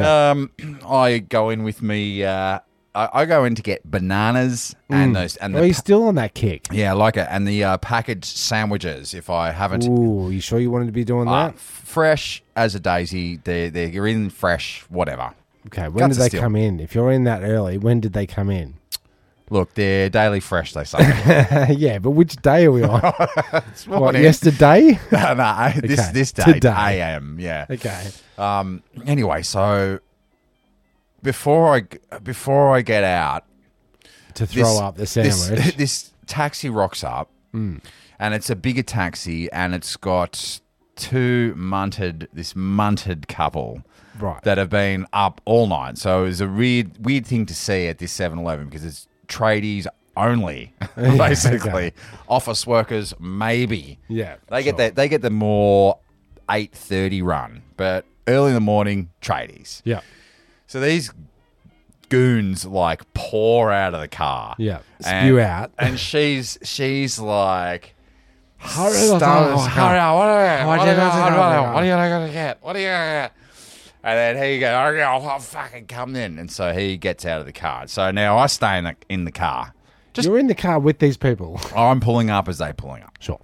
Speaker 2: Um, I go in with me. Uh, I, I go in to get bananas and those and
Speaker 3: Are
Speaker 2: the
Speaker 3: you still on that kick?
Speaker 2: Yeah, I like it. And the uh, packaged sandwiches, if I haven't.
Speaker 3: Ooh, you sure you wanted to be doing
Speaker 2: Uh,
Speaker 3: that?
Speaker 2: f- fresh as a daisy. They're, they're in fresh, whatever.
Speaker 3: Okay, when
Speaker 2: guts
Speaker 3: did
Speaker 2: are
Speaker 3: they
Speaker 2: still-
Speaker 3: come in? If you're in that early, when did they come in?
Speaker 2: Look, they're daily fresh, they say.
Speaker 3: yeah, but which day are we on?
Speaker 2: It's
Speaker 3: what,
Speaker 2: morning.
Speaker 3: yesterday?
Speaker 2: no, no, this,
Speaker 3: Okay,
Speaker 2: this day,
Speaker 3: today.
Speaker 2: AM, yeah.
Speaker 3: okay.
Speaker 2: Um, anyway, so before I, g- before I get out,
Speaker 3: To throw up the
Speaker 2: this-
Speaker 3: sandwich. Hmm.
Speaker 2: This, taxi rocks up, and it's a bigger taxi, and it's got two munted, this munted couple
Speaker 3: Right.
Speaker 2: that have been up all night. So it was a weird, weird thing to see at this 7 Eleven because it's tradies only, basically. Office workers, maybe.
Speaker 3: Yeah,
Speaker 2: They
Speaker 3: sure.
Speaker 2: get that. They get the more 8.30 run, but early in the morning, tradies.
Speaker 3: yeah,
Speaker 2: So these goons like pour out of the car.
Speaker 3: yeah.
Speaker 2: And-
Speaker 3: Spew out.
Speaker 2: And she's she's like
Speaker 3: Hurry
Speaker 2: "Stars, hurry up, what are you-
Speaker 3: What
Speaker 2: what
Speaker 3: you
Speaker 2: are you-
Speaker 3: gonna
Speaker 2: what
Speaker 3: do?
Speaker 2: are you- what are you gonna get? What are you gonna get? And then he goes, "Oh, yeah, I'll fucking come in." And so he gets out of the car. So now I stay in the in the car. Just
Speaker 3: You're in the car with these people.
Speaker 2: I'm pulling up as they pulling up,
Speaker 3: Sure.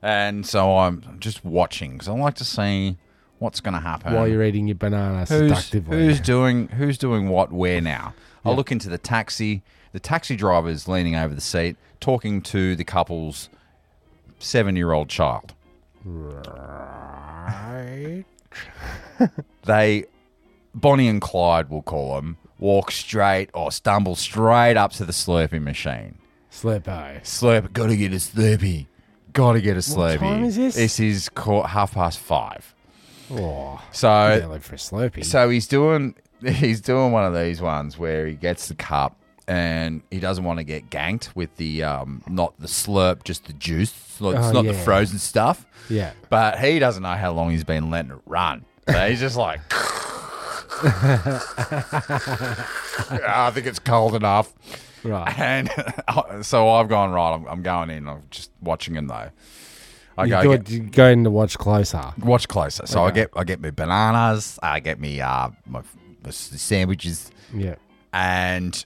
Speaker 2: and so I'm just watching because I like to see what's going to happen
Speaker 3: While you're eating your banana
Speaker 2: Uh, who's,
Speaker 3: seductively.
Speaker 2: who's doing who's doing what where now. I look into the taxi. The taxi driver is leaning over the seat, talking to the couple's seven-year-old child.
Speaker 3: Right.
Speaker 2: They, Bonnie and Clyde, we'll call them, walk straight or stumble straight up to the slurping machine.
Speaker 3: Slurpo.
Speaker 2: Slurp, gotta get a slurpee. Gotta get a slurpee.
Speaker 3: time is this?
Speaker 2: This is caught half past five.
Speaker 3: Oh,
Speaker 2: So
Speaker 3: yeah, like for a Slurpee.
Speaker 2: So he's doing he's doing one of these ones where he gets the cup and he doesn't want to get ganked with the um not the slurp, just the juice. It's not, it's
Speaker 3: Oh,
Speaker 2: not the
Speaker 3: yeah.
Speaker 2: frozen stuff.
Speaker 3: yeah.
Speaker 2: But he doesn't know how long he's been letting it run. So he's just like "Ah, I think it's cold enough.
Speaker 3: Right.
Speaker 2: And so I've gone right. I'm, I'm going in. I'm just watching him though. I
Speaker 3: You
Speaker 2: go
Speaker 3: go,
Speaker 2: get-
Speaker 3: you go in to watch closer.
Speaker 2: Watch closer. So I get I get my bananas. I get me uh my, my s- sandwiches,
Speaker 3: Yeah.
Speaker 2: and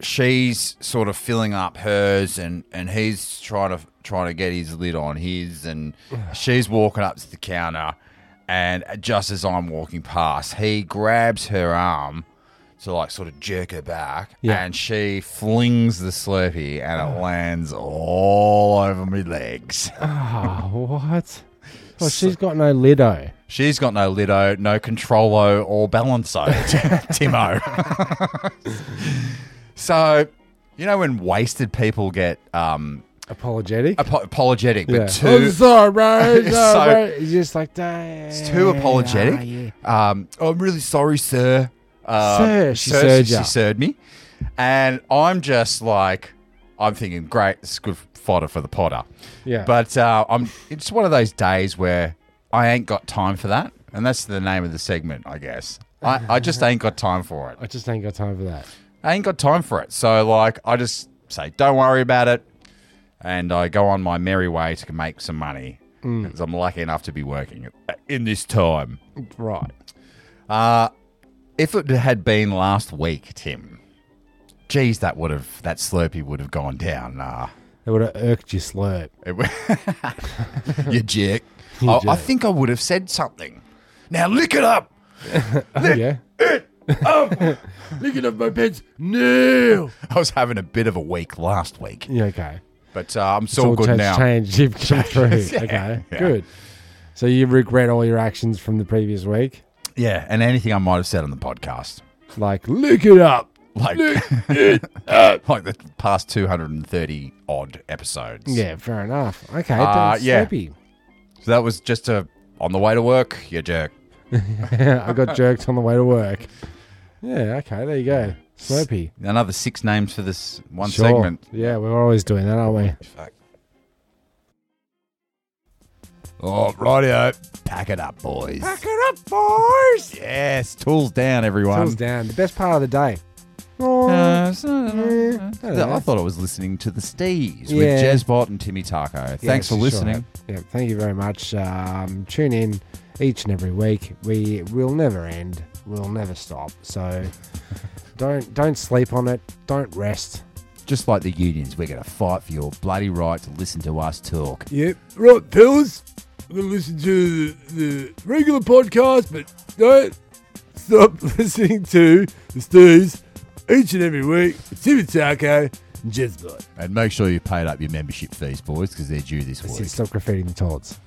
Speaker 2: she's sort of filling up hers, and and he's trying to trying to get his lid on his, and she's walking up to the counter, and just as I'm walking past, he grabs her arm. To like sort of jerk her back,
Speaker 3: Yeah.
Speaker 2: and she flings the Slurpee, and it lands all over my legs.
Speaker 3: Oh, what? Well, she's got no lido.
Speaker 2: She's got no Lido, no Controllo or Balanço, Timo. so, you know when wasted people get um,
Speaker 3: Apologetic.
Speaker 2: apo- apologetic, but
Speaker 3: I'm
Speaker 2: too,
Speaker 3: sorry,
Speaker 2: So-
Speaker 3: sorry. It's just like that.
Speaker 2: it's too apologetic. um, oh, I'm really sorry, sir. Uh,
Speaker 3: Sir, she
Speaker 2: sir,
Speaker 3: served ya.
Speaker 2: she served me. And I'm just like, I'm thinking, great, it's good fodder for the potter.
Speaker 3: Yeah.
Speaker 2: But uh, I'm. It's one of those days where I ain't got time for that, and that's the name of the segment, I guess. I, I just ain't got time for it.
Speaker 3: I just ain't got time for that.
Speaker 2: I ain't got time for it. So like, I just say, don't worry about it, and I go on my merry way to make some money. 'cause I'm lucky enough to be working at- uh, in this time.
Speaker 3: Right.
Speaker 2: Uh, if it had been last week, Tim, geez, that would have that Slurpee would have gone down. Uh,
Speaker 3: It would have irked your slurp.
Speaker 2: it w- you jerk. I, I think I would have said something. Now lick it up.
Speaker 3: yeah.
Speaker 2: Lick it up, my pets. No. I was having a bit of a week last week,
Speaker 3: Yeah, okay.
Speaker 2: but uh, I'm still good
Speaker 3: cha-
Speaker 2: now.
Speaker 3: Change you've come through. Okay,
Speaker 2: yeah.
Speaker 3: good. So you regret all your actions from the previous week,
Speaker 2: Yeah, and anything I might have said on the podcast.
Speaker 3: like look it up.
Speaker 2: Like, like the past 230 odd episodes.
Speaker 3: Yeah, fair enough. Okay,
Speaker 2: Uh,
Speaker 3: that's
Speaker 2: yeah.
Speaker 3: Slurpee.
Speaker 2: So that was just a on the way to work, you jerk.
Speaker 3: I got jerked on the way to work. Yeah, okay, there you go. Slurpee.
Speaker 2: Another six names for this one
Speaker 3: Sure.
Speaker 2: segment.
Speaker 3: Yeah, we're always doing that, aren't we?
Speaker 2: Fuck. Oh, rightio. Pack it up, boys. Pack it up, boys. Yes, tools down, everyone.
Speaker 3: Tools down. The best part of the day. Oh,
Speaker 2: Uh, so-
Speaker 3: I don't know.
Speaker 2: I thought I was listening to the Stees
Speaker 3: Yeah.
Speaker 2: with Jezbot and Timmy Taco.
Speaker 3: Yeah,
Speaker 2: Thanks for
Speaker 3: sure.
Speaker 2: listening.
Speaker 3: Yeah, thank you very much. Um, tune in each and every week. We will never end. We'll never stop. So don't don't sleep on it. Don't rest.
Speaker 2: Just like the unions, we're going to fight for your bloody right to listen to us talk.
Speaker 3: Yep. Right, fellas. I'm gonna listen to the, the regular podcast, but don't stop listening to the Stews each and every week. Timmy Taco and Jezbot.
Speaker 2: And make sure you paid up your membership fees, boys, because they're due this
Speaker 3: Stop graffitiing the toads.